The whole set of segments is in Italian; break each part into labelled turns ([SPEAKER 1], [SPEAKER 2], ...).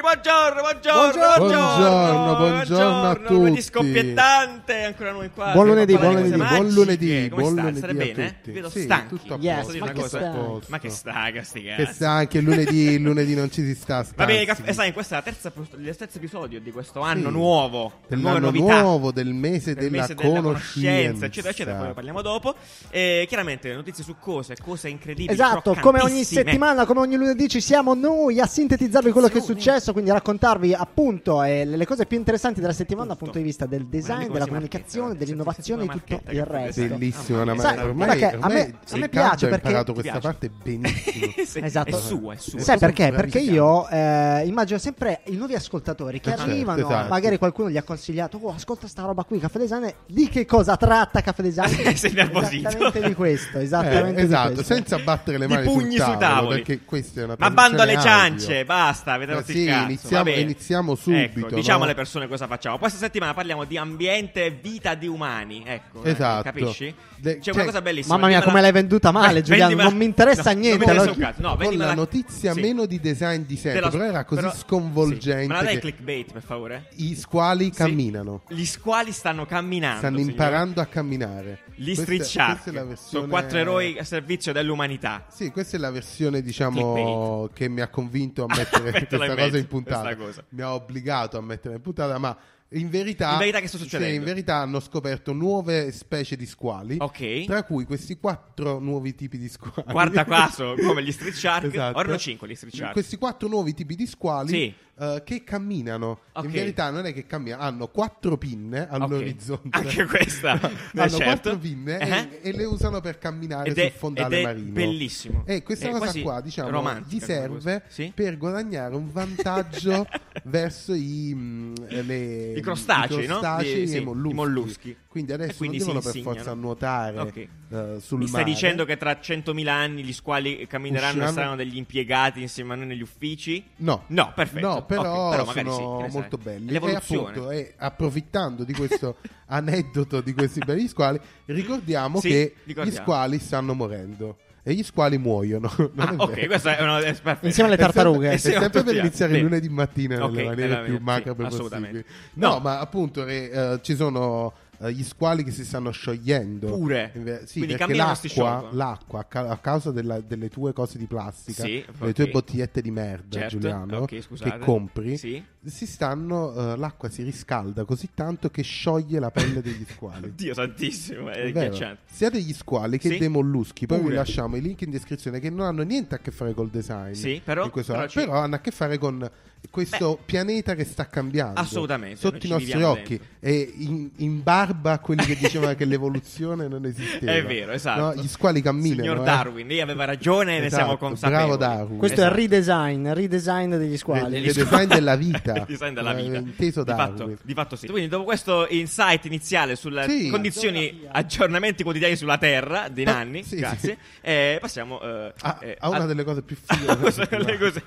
[SPEAKER 1] buongiorno, buongiorno, buongiorno,
[SPEAKER 2] Buongiorno, buongiorno a
[SPEAKER 1] Lunedì
[SPEAKER 2] tutti.
[SPEAKER 1] scoppiettante, ancora noi qua.
[SPEAKER 2] Buon
[SPEAKER 1] per
[SPEAKER 2] lunedì,
[SPEAKER 1] parlare
[SPEAKER 2] buon
[SPEAKER 1] di cose magiche.
[SPEAKER 2] lunedì, buon lunedì,
[SPEAKER 1] Come
[SPEAKER 2] buon
[SPEAKER 1] sta?
[SPEAKER 2] lunedì
[SPEAKER 1] State
[SPEAKER 2] a
[SPEAKER 1] bene?
[SPEAKER 2] tutti.
[SPEAKER 1] Vi vedo
[SPEAKER 2] Sì,
[SPEAKER 1] stanchi.
[SPEAKER 2] tutto a
[SPEAKER 1] Posso
[SPEAKER 2] posto,
[SPEAKER 1] dire una
[SPEAKER 2] tutto a
[SPEAKER 1] cosa?
[SPEAKER 2] posto.
[SPEAKER 1] Ma che stacca, sti
[SPEAKER 2] Che
[SPEAKER 1] cazzi.
[SPEAKER 2] Eh, sa anche il lunedì, il lunedì non ci si sta
[SPEAKER 1] Va bene,
[SPEAKER 2] stanzi.
[SPEAKER 1] caff- eh, sai, questo è la terza- il terzo episodio di questo anno
[SPEAKER 2] Sì.
[SPEAKER 1] nuovo, nuove
[SPEAKER 2] Dell'anno
[SPEAKER 1] novità.
[SPEAKER 2] nuovo, del mese,
[SPEAKER 1] del
[SPEAKER 2] della,
[SPEAKER 1] mese della conoscenza, eccetera, eccetera, poi ne parliamo dopo. E chiaramente notizie su cose, cose incredibili.
[SPEAKER 3] Esatto, come ogni
[SPEAKER 1] croccantissime.
[SPEAKER 3] settimana, come ogni lunedì ci siamo noi a sintetizzarvi quello che è
[SPEAKER 1] Sì, noi.
[SPEAKER 3] successo, quindi a raccontarvi appunto eh, le le cose più interessanti della settimana dal
[SPEAKER 1] Tutto.
[SPEAKER 3] punto di vista del
[SPEAKER 1] Guarda
[SPEAKER 3] design,
[SPEAKER 1] come
[SPEAKER 3] della
[SPEAKER 1] si marchetta,
[SPEAKER 3] comunicazione,
[SPEAKER 1] guarda,
[SPEAKER 3] dell'innovazione e
[SPEAKER 1] senti
[SPEAKER 3] tutto
[SPEAKER 1] questa
[SPEAKER 3] il
[SPEAKER 1] marchetta che
[SPEAKER 3] resto.
[SPEAKER 1] contesta.
[SPEAKER 2] Bellissima
[SPEAKER 1] Ah,
[SPEAKER 2] la
[SPEAKER 1] ma-
[SPEAKER 3] Sai,
[SPEAKER 2] mano.
[SPEAKER 3] guarda
[SPEAKER 2] Ormai,
[SPEAKER 3] che a
[SPEAKER 2] ormai
[SPEAKER 3] me- a me
[SPEAKER 2] Riccardo
[SPEAKER 3] piace
[SPEAKER 2] ha
[SPEAKER 3] perché-
[SPEAKER 2] imparato
[SPEAKER 1] Ti
[SPEAKER 2] questa
[SPEAKER 1] piace?
[SPEAKER 2] parte benissimo.
[SPEAKER 1] Sì,
[SPEAKER 3] Esatto.
[SPEAKER 1] È suo, è suo.
[SPEAKER 3] Sai perché?
[SPEAKER 2] Sono
[SPEAKER 3] Perché io eh, immagino sempre i nuovi ascoltatori che
[SPEAKER 1] Eh,
[SPEAKER 2] Certo,
[SPEAKER 3] arrivano,
[SPEAKER 2] esatto.
[SPEAKER 3] magari qualcuno gli ha consigliato, oh ascolta sta roba qui, Caffè Design, di che cosa tratta Caffè Design?
[SPEAKER 1] Sei nervosito.
[SPEAKER 3] Esattamente di questo,
[SPEAKER 2] Eh,
[SPEAKER 3] esattamente di
[SPEAKER 2] esatto,
[SPEAKER 3] questo.
[SPEAKER 2] senza battere le
[SPEAKER 1] Di
[SPEAKER 2] mani
[SPEAKER 1] pugni
[SPEAKER 2] sul
[SPEAKER 1] sui
[SPEAKER 2] tavolo,
[SPEAKER 1] tavoli.
[SPEAKER 2] perché questa è una
[SPEAKER 1] Ma bando alle
[SPEAKER 2] trasmissione
[SPEAKER 1] ciance,
[SPEAKER 2] audio.
[SPEAKER 1] basta, avete
[SPEAKER 2] Ma
[SPEAKER 1] rotto
[SPEAKER 2] sì,
[SPEAKER 1] il cazzo.
[SPEAKER 2] iniziamo-
[SPEAKER 1] va bene.
[SPEAKER 2] iniziamo subito,
[SPEAKER 1] Ecco, diciamo
[SPEAKER 2] no?
[SPEAKER 1] alle persone cosa facciamo. Questa settimana parliamo di ambiente e vita di umani. Ecco, eh,
[SPEAKER 2] Esatto.
[SPEAKER 1] capisci?
[SPEAKER 2] De-
[SPEAKER 1] C'è
[SPEAKER 2] cioè,
[SPEAKER 1] una cosa bellissima.
[SPEAKER 3] mamma mia,
[SPEAKER 1] dimmela-
[SPEAKER 3] come l'hai venduta male,
[SPEAKER 1] Eh,
[SPEAKER 3] Giuliano,
[SPEAKER 1] vendimela-
[SPEAKER 3] non mi interessa
[SPEAKER 1] No,
[SPEAKER 3] niente,
[SPEAKER 1] Non mi interessa un
[SPEAKER 3] allora-
[SPEAKER 1] cazzo. No,
[SPEAKER 2] Con
[SPEAKER 1] vendimela-
[SPEAKER 2] la notizia
[SPEAKER 1] Sì.
[SPEAKER 2] meno di design di
[SPEAKER 1] Te
[SPEAKER 2] sempre,
[SPEAKER 1] la-
[SPEAKER 2] però era così
[SPEAKER 1] però-
[SPEAKER 2] sconvolgente
[SPEAKER 1] sì. Ma la dai
[SPEAKER 2] che
[SPEAKER 1] clickbait, per favore?
[SPEAKER 2] i squali
[SPEAKER 1] Sì.
[SPEAKER 2] camminano.
[SPEAKER 1] Gli squali stanno camminando.
[SPEAKER 2] Stanno
[SPEAKER 1] signori.
[SPEAKER 2] imparando a camminare.
[SPEAKER 1] Gli
[SPEAKER 2] Questa-
[SPEAKER 1] street
[SPEAKER 2] questa è la
[SPEAKER 1] shark. Sono
[SPEAKER 2] versione-
[SPEAKER 1] quattro eroi a servizio dell'umanità.
[SPEAKER 2] Sì, questa è la versione, diciamo, che mi ha convinto a mettere
[SPEAKER 1] Metterla
[SPEAKER 2] questa
[SPEAKER 1] in
[SPEAKER 2] cosa
[SPEAKER 1] mezzo,
[SPEAKER 2] in puntata.
[SPEAKER 1] questa cosa.
[SPEAKER 2] Mi ha obbligato a metterla in puntata, ma in verità.
[SPEAKER 1] In verità che sta succedendo?
[SPEAKER 2] Sì, in verità hanno scoperto nuove specie di squali.
[SPEAKER 1] Ok.
[SPEAKER 2] Tra cui questi quattro nuovi tipi di squali.
[SPEAKER 1] Guarda caso, come gli street shark.
[SPEAKER 2] Esatto.
[SPEAKER 1] Ora erano cinque gli street shark.
[SPEAKER 2] Questi quattro nuovi tipi di squali
[SPEAKER 1] Sì.
[SPEAKER 2] eh, che camminano.
[SPEAKER 1] Ok.
[SPEAKER 2] In verità non è che camminano, hanno quattro pinne all'orizzonte.
[SPEAKER 1] Ok. Anche questa,
[SPEAKER 2] hanno
[SPEAKER 1] beh, certo.
[SPEAKER 2] quattro pinne e,
[SPEAKER 1] Eh?
[SPEAKER 2] e le usano per camminare
[SPEAKER 1] Ed
[SPEAKER 2] sul
[SPEAKER 1] è-
[SPEAKER 2] fondale
[SPEAKER 1] ed è
[SPEAKER 2] marino.
[SPEAKER 1] bellissimo.
[SPEAKER 2] E questa
[SPEAKER 1] È
[SPEAKER 2] cosa
[SPEAKER 1] quasi
[SPEAKER 2] qua, diciamo,
[SPEAKER 1] romantica
[SPEAKER 2] gli
[SPEAKER 1] come
[SPEAKER 2] serve
[SPEAKER 1] cosa. Sì?
[SPEAKER 2] per guadagnare un vantaggio verso i, mm, le-
[SPEAKER 1] I crostacei,
[SPEAKER 2] i
[SPEAKER 1] no?
[SPEAKER 2] crostacei
[SPEAKER 1] Di-
[SPEAKER 2] e
[SPEAKER 1] sì,
[SPEAKER 2] i
[SPEAKER 1] i
[SPEAKER 2] molluschi.
[SPEAKER 1] molluschi.
[SPEAKER 2] Quindi
[SPEAKER 1] E
[SPEAKER 2] adesso
[SPEAKER 1] quindi si
[SPEAKER 2] non devono per
[SPEAKER 1] insegnano.
[SPEAKER 2] forza nuotare
[SPEAKER 1] Ok.
[SPEAKER 2] eh, sul
[SPEAKER 1] Mi stai
[SPEAKER 2] mare.
[SPEAKER 1] dicendo che tra 100.000 anni gli squali cammineranno e
[SPEAKER 2] Usciranno-
[SPEAKER 1] saranno degli impiegati insieme a noi negli uffici?
[SPEAKER 2] No,
[SPEAKER 1] No, perfetto.
[SPEAKER 2] No, però,
[SPEAKER 1] Ok, però magari sì,
[SPEAKER 2] sono
[SPEAKER 1] che ne sai.
[SPEAKER 2] molto belli. E
[SPEAKER 1] L'evoluzione.
[SPEAKER 2] appunto, e approfittando di questo aneddoto di questi belli squali, ricordiamo
[SPEAKER 1] Sì,
[SPEAKER 2] che
[SPEAKER 1] ricordiamo.
[SPEAKER 2] gli squali stanno morendo e gli squali muoiono. Non
[SPEAKER 1] Ah,
[SPEAKER 2] è
[SPEAKER 1] ok,
[SPEAKER 2] vero.
[SPEAKER 1] questa è una... è perfetto.
[SPEAKER 3] Insieme alle
[SPEAKER 2] È sempre-
[SPEAKER 3] tartarughe.
[SPEAKER 2] È
[SPEAKER 1] Sì,
[SPEAKER 2] eh, sempre,
[SPEAKER 1] tutti
[SPEAKER 2] per
[SPEAKER 1] hanno.
[SPEAKER 2] iniziare
[SPEAKER 1] Sì.
[SPEAKER 2] il lunedì mattina nelle
[SPEAKER 1] Ok,
[SPEAKER 2] maniere
[SPEAKER 1] nella
[SPEAKER 2] più
[SPEAKER 1] maniera-
[SPEAKER 2] macabre
[SPEAKER 1] sì,
[SPEAKER 2] possibili.
[SPEAKER 1] assolutamente.
[SPEAKER 2] No,
[SPEAKER 1] No.
[SPEAKER 2] ma appunto re, eh, ci sono eh, gli squali che si stanno sciogliendo.
[SPEAKER 1] Pure?
[SPEAKER 2] Inve- sì,
[SPEAKER 1] Quindi
[SPEAKER 2] perché
[SPEAKER 1] camminano e si
[SPEAKER 2] l'acqua,
[SPEAKER 1] sciolgono.
[SPEAKER 2] l'acqua a, ca- a causa della- delle tue cose di plastica,
[SPEAKER 1] Sì,
[SPEAKER 2] le
[SPEAKER 1] ok.
[SPEAKER 2] tue bottigliette di merda,
[SPEAKER 1] Certo,
[SPEAKER 2] Giuliano,
[SPEAKER 1] ok, scusate.
[SPEAKER 2] che compri,
[SPEAKER 1] Sì.
[SPEAKER 2] si stanno, eh, l'acqua si riscalda così tanto che scioglie la pelle degli squali.
[SPEAKER 1] Dio santissimo,
[SPEAKER 2] È
[SPEAKER 1] è
[SPEAKER 2] vero.
[SPEAKER 1] ghiacciante.
[SPEAKER 2] Sia degli squali che
[SPEAKER 1] Sì.
[SPEAKER 2] dei molluschi. Poi vi
[SPEAKER 1] Pure.
[SPEAKER 2] lasciamo i link in descrizione che non hanno niente a che fare col design.
[SPEAKER 1] Sì, però-
[SPEAKER 2] in questo-
[SPEAKER 1] però ci-
[SPEAKER 2] però hanno a che fare con questo pianeta che sta cambiando.
[SPEAKER 1] Assolutamente, noi
[SPEAKER 2] Sotto
[SPEAKER 1] ci
[SPEAKER 2] i nostri
[SPEAKER 1] viviamo
[SPEAKER 2] occhi. E in, in barba a quelli che dicevano che l'evoluzione non esisteva.
[SPEAKER 1] È vero, esatto.
[SPEAKER 2] No, gli squali camminano.
[SPEAKER 1] Signor
[SPEAKER 2] eh.
[SPEAKER 1] Darwin, lei aveva ragione e ne
[SPEAKER 2] Esatto,
[SPEAKER 1] siamo consapevoli.
[SPEAKER 2] bravo Darwin.
[SPEAKER 3] Questo
[SPEAKER 1] Esatto.
[SPEAKER 3] è il redesign, redesign degli
[SPEAKER 2] Del-
[SPEAKER 3] squali.
[SPEAKER 2] del- design della vita.
[SPEAKER 1] Il design della
[SPEAKER 2] Eh,
[SPEAKER 1] vita.
[SPEAKER 2] inteso
[SPEAKER 1] di
[SPEAKER 2] Darwin.
[SPEAKER 1] fatto, di fatto sì. Quindi dopo questo insight iniziale sulle
[SPEAKER 2] Sì.
[SPEAKER 1] condizioni, aggiornamenti quotidiani sulla Terra di
[SPEAKER 2] Pa-
[SPEAKER 1] Nanni,
[SPEAKER 2] sì,
[SPEAKER 1] grazie, eh, passiamo eh,
[SPEAKER 2] A-
[SPEAKER 1] eh,
[SPEAKER 2] a Ah, una
[SPEAKER 1] al-
[SPEAKER 2] delle cose più
[SPEAKER 1] a
[SPEAKER 2] fighe della
[SPEAKER 1] una
[SPEAKER 2] settimana.
[SPEAKER 1] delle cose-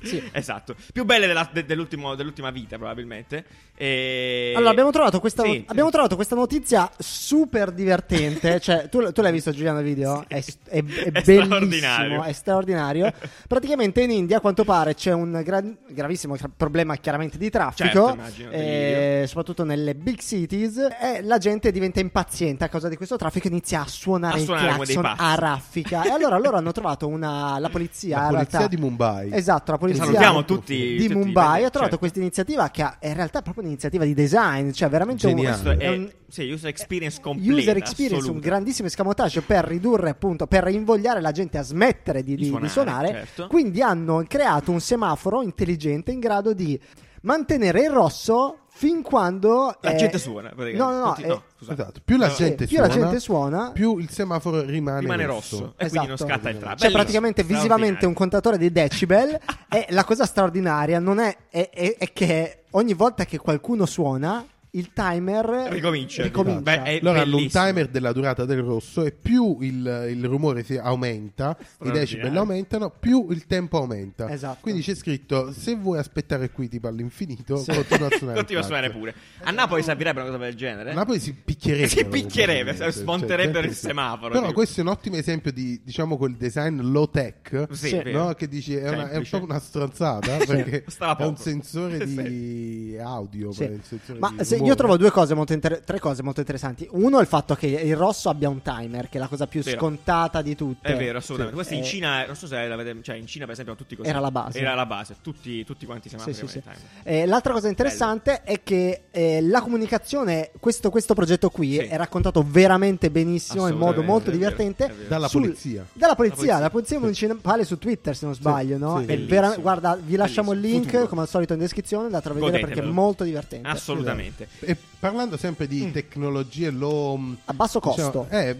[SPEAKER 3] Sì.
[SPEAKER 1] Esatto, più belle della- de- dell'ultimo- dell'ultima vita probabilmente. E-
[SPEAKER 3] Allora, abbiamo trovato, questa,
[SPEAKER 1] Sì, sì.
[SPEAKER 3] abbiamo trovato questa notizia super divertente. cioè, tu, tu l'hai visto, Giuliano, il video?
[SPEAKER 1] Sì.
[SPEAKER 3] È, s- è- è
[SPEAKER 1] È
[SPEAKER 3] bellissimo,
[SPEAKER 1] straordinario.
[SPEAKER 3] è straordinario. Praticamente in India, a quanto pare, c'è un gran- gravissimo tra- problema chiaramente di
[SPEAKER 1] Certo,
[SPEAKER 3] traffico,
[SPEAKER 1] immagino,
[SPEAKER 3] eh, soprattutto nelle big cities. E la gente diventa impaziente a causa di questo traffico e inizia a suonare,
[SPEAKER 1] A suonare
[SPEAKER 3] il
[SPEAKER 1] come dei
[SPEAKER 3] clacson
[SPEAKER 1] pazzi.
[SPEAKER 3] a raffica. e allora loro hanno trovato una, la polizia.
[SPEAKER 2] La
[SPEAKER 3] in
[SPEAKER 2] polizia
[SPEAKER 3] realtà-
[SPEAKER 2] di Mumbai.
[SPEAKER 3] Esatto, la
[SPEAKER 1] E
[SPEAKER 3] polizia
[SPEAKER 1] salutiamo tutti
[SPEAKER 3] di
[SPEAKER 1] tutti-
[SPEAKER 3] Mumbai. Ho trovato
[SPEAKER 1] certo.
[SPEAKER 3] questa iniziativa che ha- è in realtà proprio un'iniziativa di design, cioè veramente un-
[SPEAKER 2] Geniale.
[SPEAKER 1] Questo
[SPEAKER 3] è
[SPEAKER 1] è,
[SPEAKER 3] un
[SPEAKER 1] sì, user experience completa
[SPEAKER 3] Eh, user experience, un
[SPEAKER 1] assoluta.
[SPEAKER 3] grandissimo escamotage per ridurre appunto, per invogliare la gente a smettere di,
[SPEAKER 1] Di
[SPEAKER 3] di-
[SPEAKER 1] suonare,
[SPEAKER 3] di suonare.
[SPEAKER 1] certo.
[SPEAKER 3] Quindi hanno creato un semaforo intelligente in grado di mantenere il rosso fin quando
[SPEAKER 1] La
[SPEAKER 3] eh,
[SPEAKER 1] gente suona, praticamente.
[SPEAKER 3] No, no, no,
[SPEAKER 1] Tutti-
[SPEAKER 3] eh,
[SPEAKER 1] no, scusate.
[SPEAKER 2] Esatto. Più la
[SPEAKER 1] No.
[SPEAKER 2] gente
[SPEAKER 3] più
[SPEAKER 2] suona,
[SPEAKER 3] la gente suona-
[SPEAKER 2] più il semaforo rimane,
[SPEAKER 1] rimane rosso, e
[SPEAKER 3] Esatto.
[SPEAKER 1] quindi non scatta il trap.
[SPEAKER 3] C'è
[SPEAKER 1] Bellissimo,
[SPEAKER 3] praticamente visivamente un contatore di decibel e la cosa straordinaria non è, è- è- è che ogni volta che qualcuno suona il timer
[SPEAKER 1] Ricomincia.
[SPEAKER 3] ricomincia.
[SPEAKER 1] Beh, è
[SPEAKER 2] Loro hanno un
[SPEAKER 1] bellissimo.
[SPEAKER 2] timer della durata del rosso e più il, il rumore si aumenta, i
[SPEAKER 1] Straordinario.
[SPEAKER 2] decibel aumentano, più il tempo aumenta.
[SPEAKER 3] Esatto.
[SPEAKER 2] Quindi c'è scritto, se vuoi aspettare qui tipo all'infinito,
[SPEAKER 3] Sì.
[SPEAKER 2] continua a suonare. il
[SPEAKER 1] Continua a suonare
[SPEAKER 2] cazzo.
[SPEAKER 1] pure. A Napoli servirebbe una cosa del genere?
[SPEAKER 2] A Napoli si picchierebbe.
[SPEAKER 1] Si picchierebbe,
[SPEAKER 2] probabilmente.
[SPEAKER 1] smonterebbero
[SPEAKER 2] gente
[SPEAKER 1] il
[SPEAKER 2] sì.
[SPEAKER 1] semaforo,
[SPEAKER 2] cioè, Però
[SPEAKER 1] tipo.
[SPEAKER 2] questo è un ottimo esempio di, diciamo, quel design low tech.
[SPEAKER 1] Sì,
[SPEAKER 3] Sì.
[SPEAKER 1] è vero.
[SPEAKER 2] No, che dici è, una, è un
[SPEAKER 1] Semplice.
[SPEAKER 2] po' una stronzata perché
[SPEAKER 1] Stava
[SPEAKER 2] è un
[SPEAKER 1] poco.
[SPEAKER 2] sensore di audio.
[SPEAKER 3] Sì.
[SPEAKER 2] pare, un sensore
[SPEAKER 3] Ma
[SPEAKER 2] di
[SPEAKER 3] se io
[SPEAKER 2] rumore.
[SPEAKER 3] trovo due cose molto inter- tre cose molto interessanti. Uno è il fatto che il rosso abbia un timer, che è la cosa più
[SPEAKER 1] Vero.
[SPEAKER 3] scontata di tutte.
[SPEAKER 1] È vero, assolutamente.
[SPEAKER 3] Sì.
[SPEAKER 1] Questo in
[SPEAKER 3] Eh,
[SPEAKER 1] Cina, non so se l'avete, cioè in Cina per esempio tutti così.
[SPEAKER 3] Era la base.
[SPEAKER 1] Era la base, tutti, tutti quanti siamo
[SPEAKER 3] Sì, sì, sì.
[SPEAKER 1] nel time.
[SPEAKER 3] Eh, l'altra cosa interessante è che eh, la comunicazione, questo, questo progetto qui
[SPEAKER 1] Sì.
[SPEAKER 3] è raccontato veramente benissimo in modo
[SPEAKER 1] Assolutamente,
[SPEAKER 3] molto
[SPEAKER 1] è vero,
[SPEAKER 3] divertente.
[SPEAKER 1] è vero.
[SPEAKER 2] Dalla
[SPEAKER 3] sul-
[SPEAKER 2] polizia.
[SPEAKER 3] Dalla polizia,
[SPEAKER 1] polizia.
[SPEAKER 3] la polizia municipale su Twitter se non sbaglio, no?
[SPEAKER 2] sì.
[SPEAKER 3] È
[SPEAKER 1] Bellissimo.
[SPEAKER 3] vera- guarda, vi lasciamo il
[SPEAKER 1] Bellissimo.
[SPEAKER 3] link
[SPEAKER 1] Futuro.
[SPEAKER 3] come al solito in descrizione, andate a vedere perché
[SPEAKER 1] Godetevelo.
[SPEAKER 3] è molto divertente.
[SPEAKER 1] Assolutamente.
[SPEAKER 2] Esatto.
[SPEAKER 1] Mm.
[SPEAKER 2] E parlando sempre di tecnologie low
[SPEAKER 3] A basso costo.
[SPEAKER 2] diciamo, eh,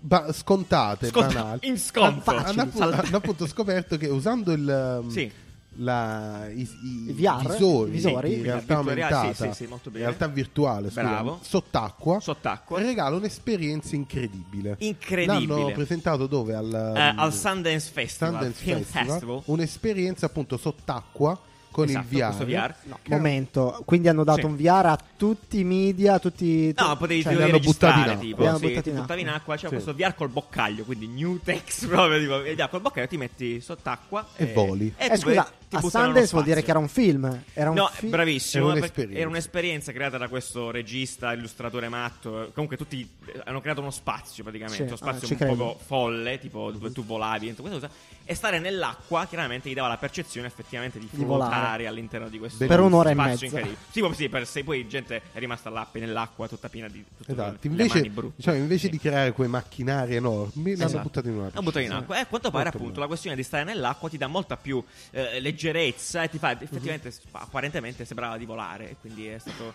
[SPEAKER 2] ba- scontate,
[SPEAKER 1] Sconta-
[SPEAKER 2] banali.
[SPEAKER 1] in sconto.
[SPEAKER 3] Ah,
[SPEAKER 2] Hanno, appu-
[SPEAKER 1] Salta-
[SPEAKER 2] hanno appunto scoperto che usando il um,
[SPEAKER 1] Sì.
[SPEAKER 2] la- i, i-
[SPEAKER 3] I VR,
[SPEAKER 2] visori,
[SPEAKER 3] i visori.
[SPEAKER 2] di
[SPEAKER 3] Sì,
[SPEAKER 2] realtà
[SPEAKER 1] virtuali,
[SPEAKER 2] aumentata,
[SPEAKER 1] sì, sì, sì, molto bene.
[SPEAKER 2] realtà virtuale, scusa,
[SPEAKER 1] Bravo.
[SPEAKER 2] sott'acqua,
[SPEAKER 1] Sott'acqua.
[SPEAKER 2] regala un'esperienza incredibile.
[SPEAKER 1] Incredibile.
[SPEAKER 2] L'hanno presentato dove? Al, um,
[SPEAKER 1] Eh, al Sundance Festival,
[SPEAKER 2] Sundance
[SPEAKER 1] Film
[SPEAKER 2] Festival,
[SPEAKER 1] Festival.
[SPEAKER 2] un'esperienza appunto sott'acqua con
[SPEAKER 1] Esatto,
[SPEAKER 2] il VR.
[SPEAKER 1] questo VR.
[SPEAKER 3] No, momento, quindi hanno dato
[SPEAKER 1] Sì.
[SPEAKER 3] un VR a tutti i media, a tutti...
[SPEAKER 1] No, potevi
[SPEAKER 3] cioè,
[SPEAKER 1] cioè,
[SPEAKER 2] hanno buttati in
[SPEAKER 1] registrare,
[SPEAKER 2] acqua.
[SPEAKER 1] tipo,
[SPEAKER 3] Li hanno
[SPEAKER 1] sì,
[SPEAKER 3] buttati
[SPEAKER 1] ti
[SPEAKER 3] in
[SPEAKER 1] buttavi in
[SPEAKER 3] acqua.
[SPEAKER 1] acqua, c'era
[SPEAKER 2] Sì.
[SPEAKER 1] questo VR col boccaglio, quindi new text proprio, tipo, e col boccaglio ti metti sott'acqua
[SPEAKER 2] E voli.
[SPEAKER 3] Eh,
[SPEAKER 1] tu
[SPEAKER 3] scusa,
[SPEAKER 1] ti buttano
[SPEAKER 3] a
[SPEAKER 1] nello
[SPEAKER 3] Sundance vuol dire
[SPEAKER 1] spazio.
[SPEAKER 3] che era un film. Era un
[SPEAKER 1] no,
[SPEAKER 3] film-
[SPEAKER 1] bravissimo.
[SPEAKER 2] Era
[SPEAKER 1] perché-
[SPEAKER 2] un'esperienza.
[SPEAKER 1] era un'esperienza creata da questo regista, illustratore matto. eh, Comunque, tutti eh, hanno creato uno spazio praticamente.
[SPEAKER 3] Sì,
[SPEAKER 1] Uno
[SPEAKER 3] ah,
[SPEAKER 1] spazio
[SPEAKER 3] ci
[SPEAKER 1] un
[SPEAKER 3] credo.
[SPEAKER 1] poco folle, tipo dove tu volavi dentro questa cosa. E stare nell'acqua chiaramente gli dava la percezione effettivamente di,
[SPEAKER 3] Di volare.
[SPEAKER 1] volare all'interno di questo
[SPEAKER 2] Per
[SPEAKER 3] un'ora e
[SPEAKER 1] spazio
[SPEAKER 3] mezza.
[SPEAKER 1] incredibile. Sì, proprio sì, per se poi gente è rimasta là nell'acqua tutta piena di tutte le-
[SPEAKER 2] Esatto,
[SPEAKER 1] le
[SPEAKER 2] invece,
[SPEAKER 1] mani brutte.
[SPEAKER 2] diciamo, invece
[SPEAKER 1] Sì.
[SPEAKER 2] di creare quei macchinari enormi, l'hanno
[SPEAKER 1] Esatto.
[SPEAKER 2] buttato in una
[SPEAKER 1] L'hanno buttato in
[SPEAKER 2] piscina.
[SPEAKER 1] acqua. E a quanto pare,
[SPEAKER 2] eh. Molto
[SPEAKER 1] appunto, la
[SPEAKER 2] bello.
[SPEAKER 1] questione di stare nell'acqua ti dà molta più eh, leggerezza e ti fa
[SPEAKER 2] Mhm.
[SPEAKER 1] effettivamente, sp- apparentemente, sembrava di volare. E Quindi è stato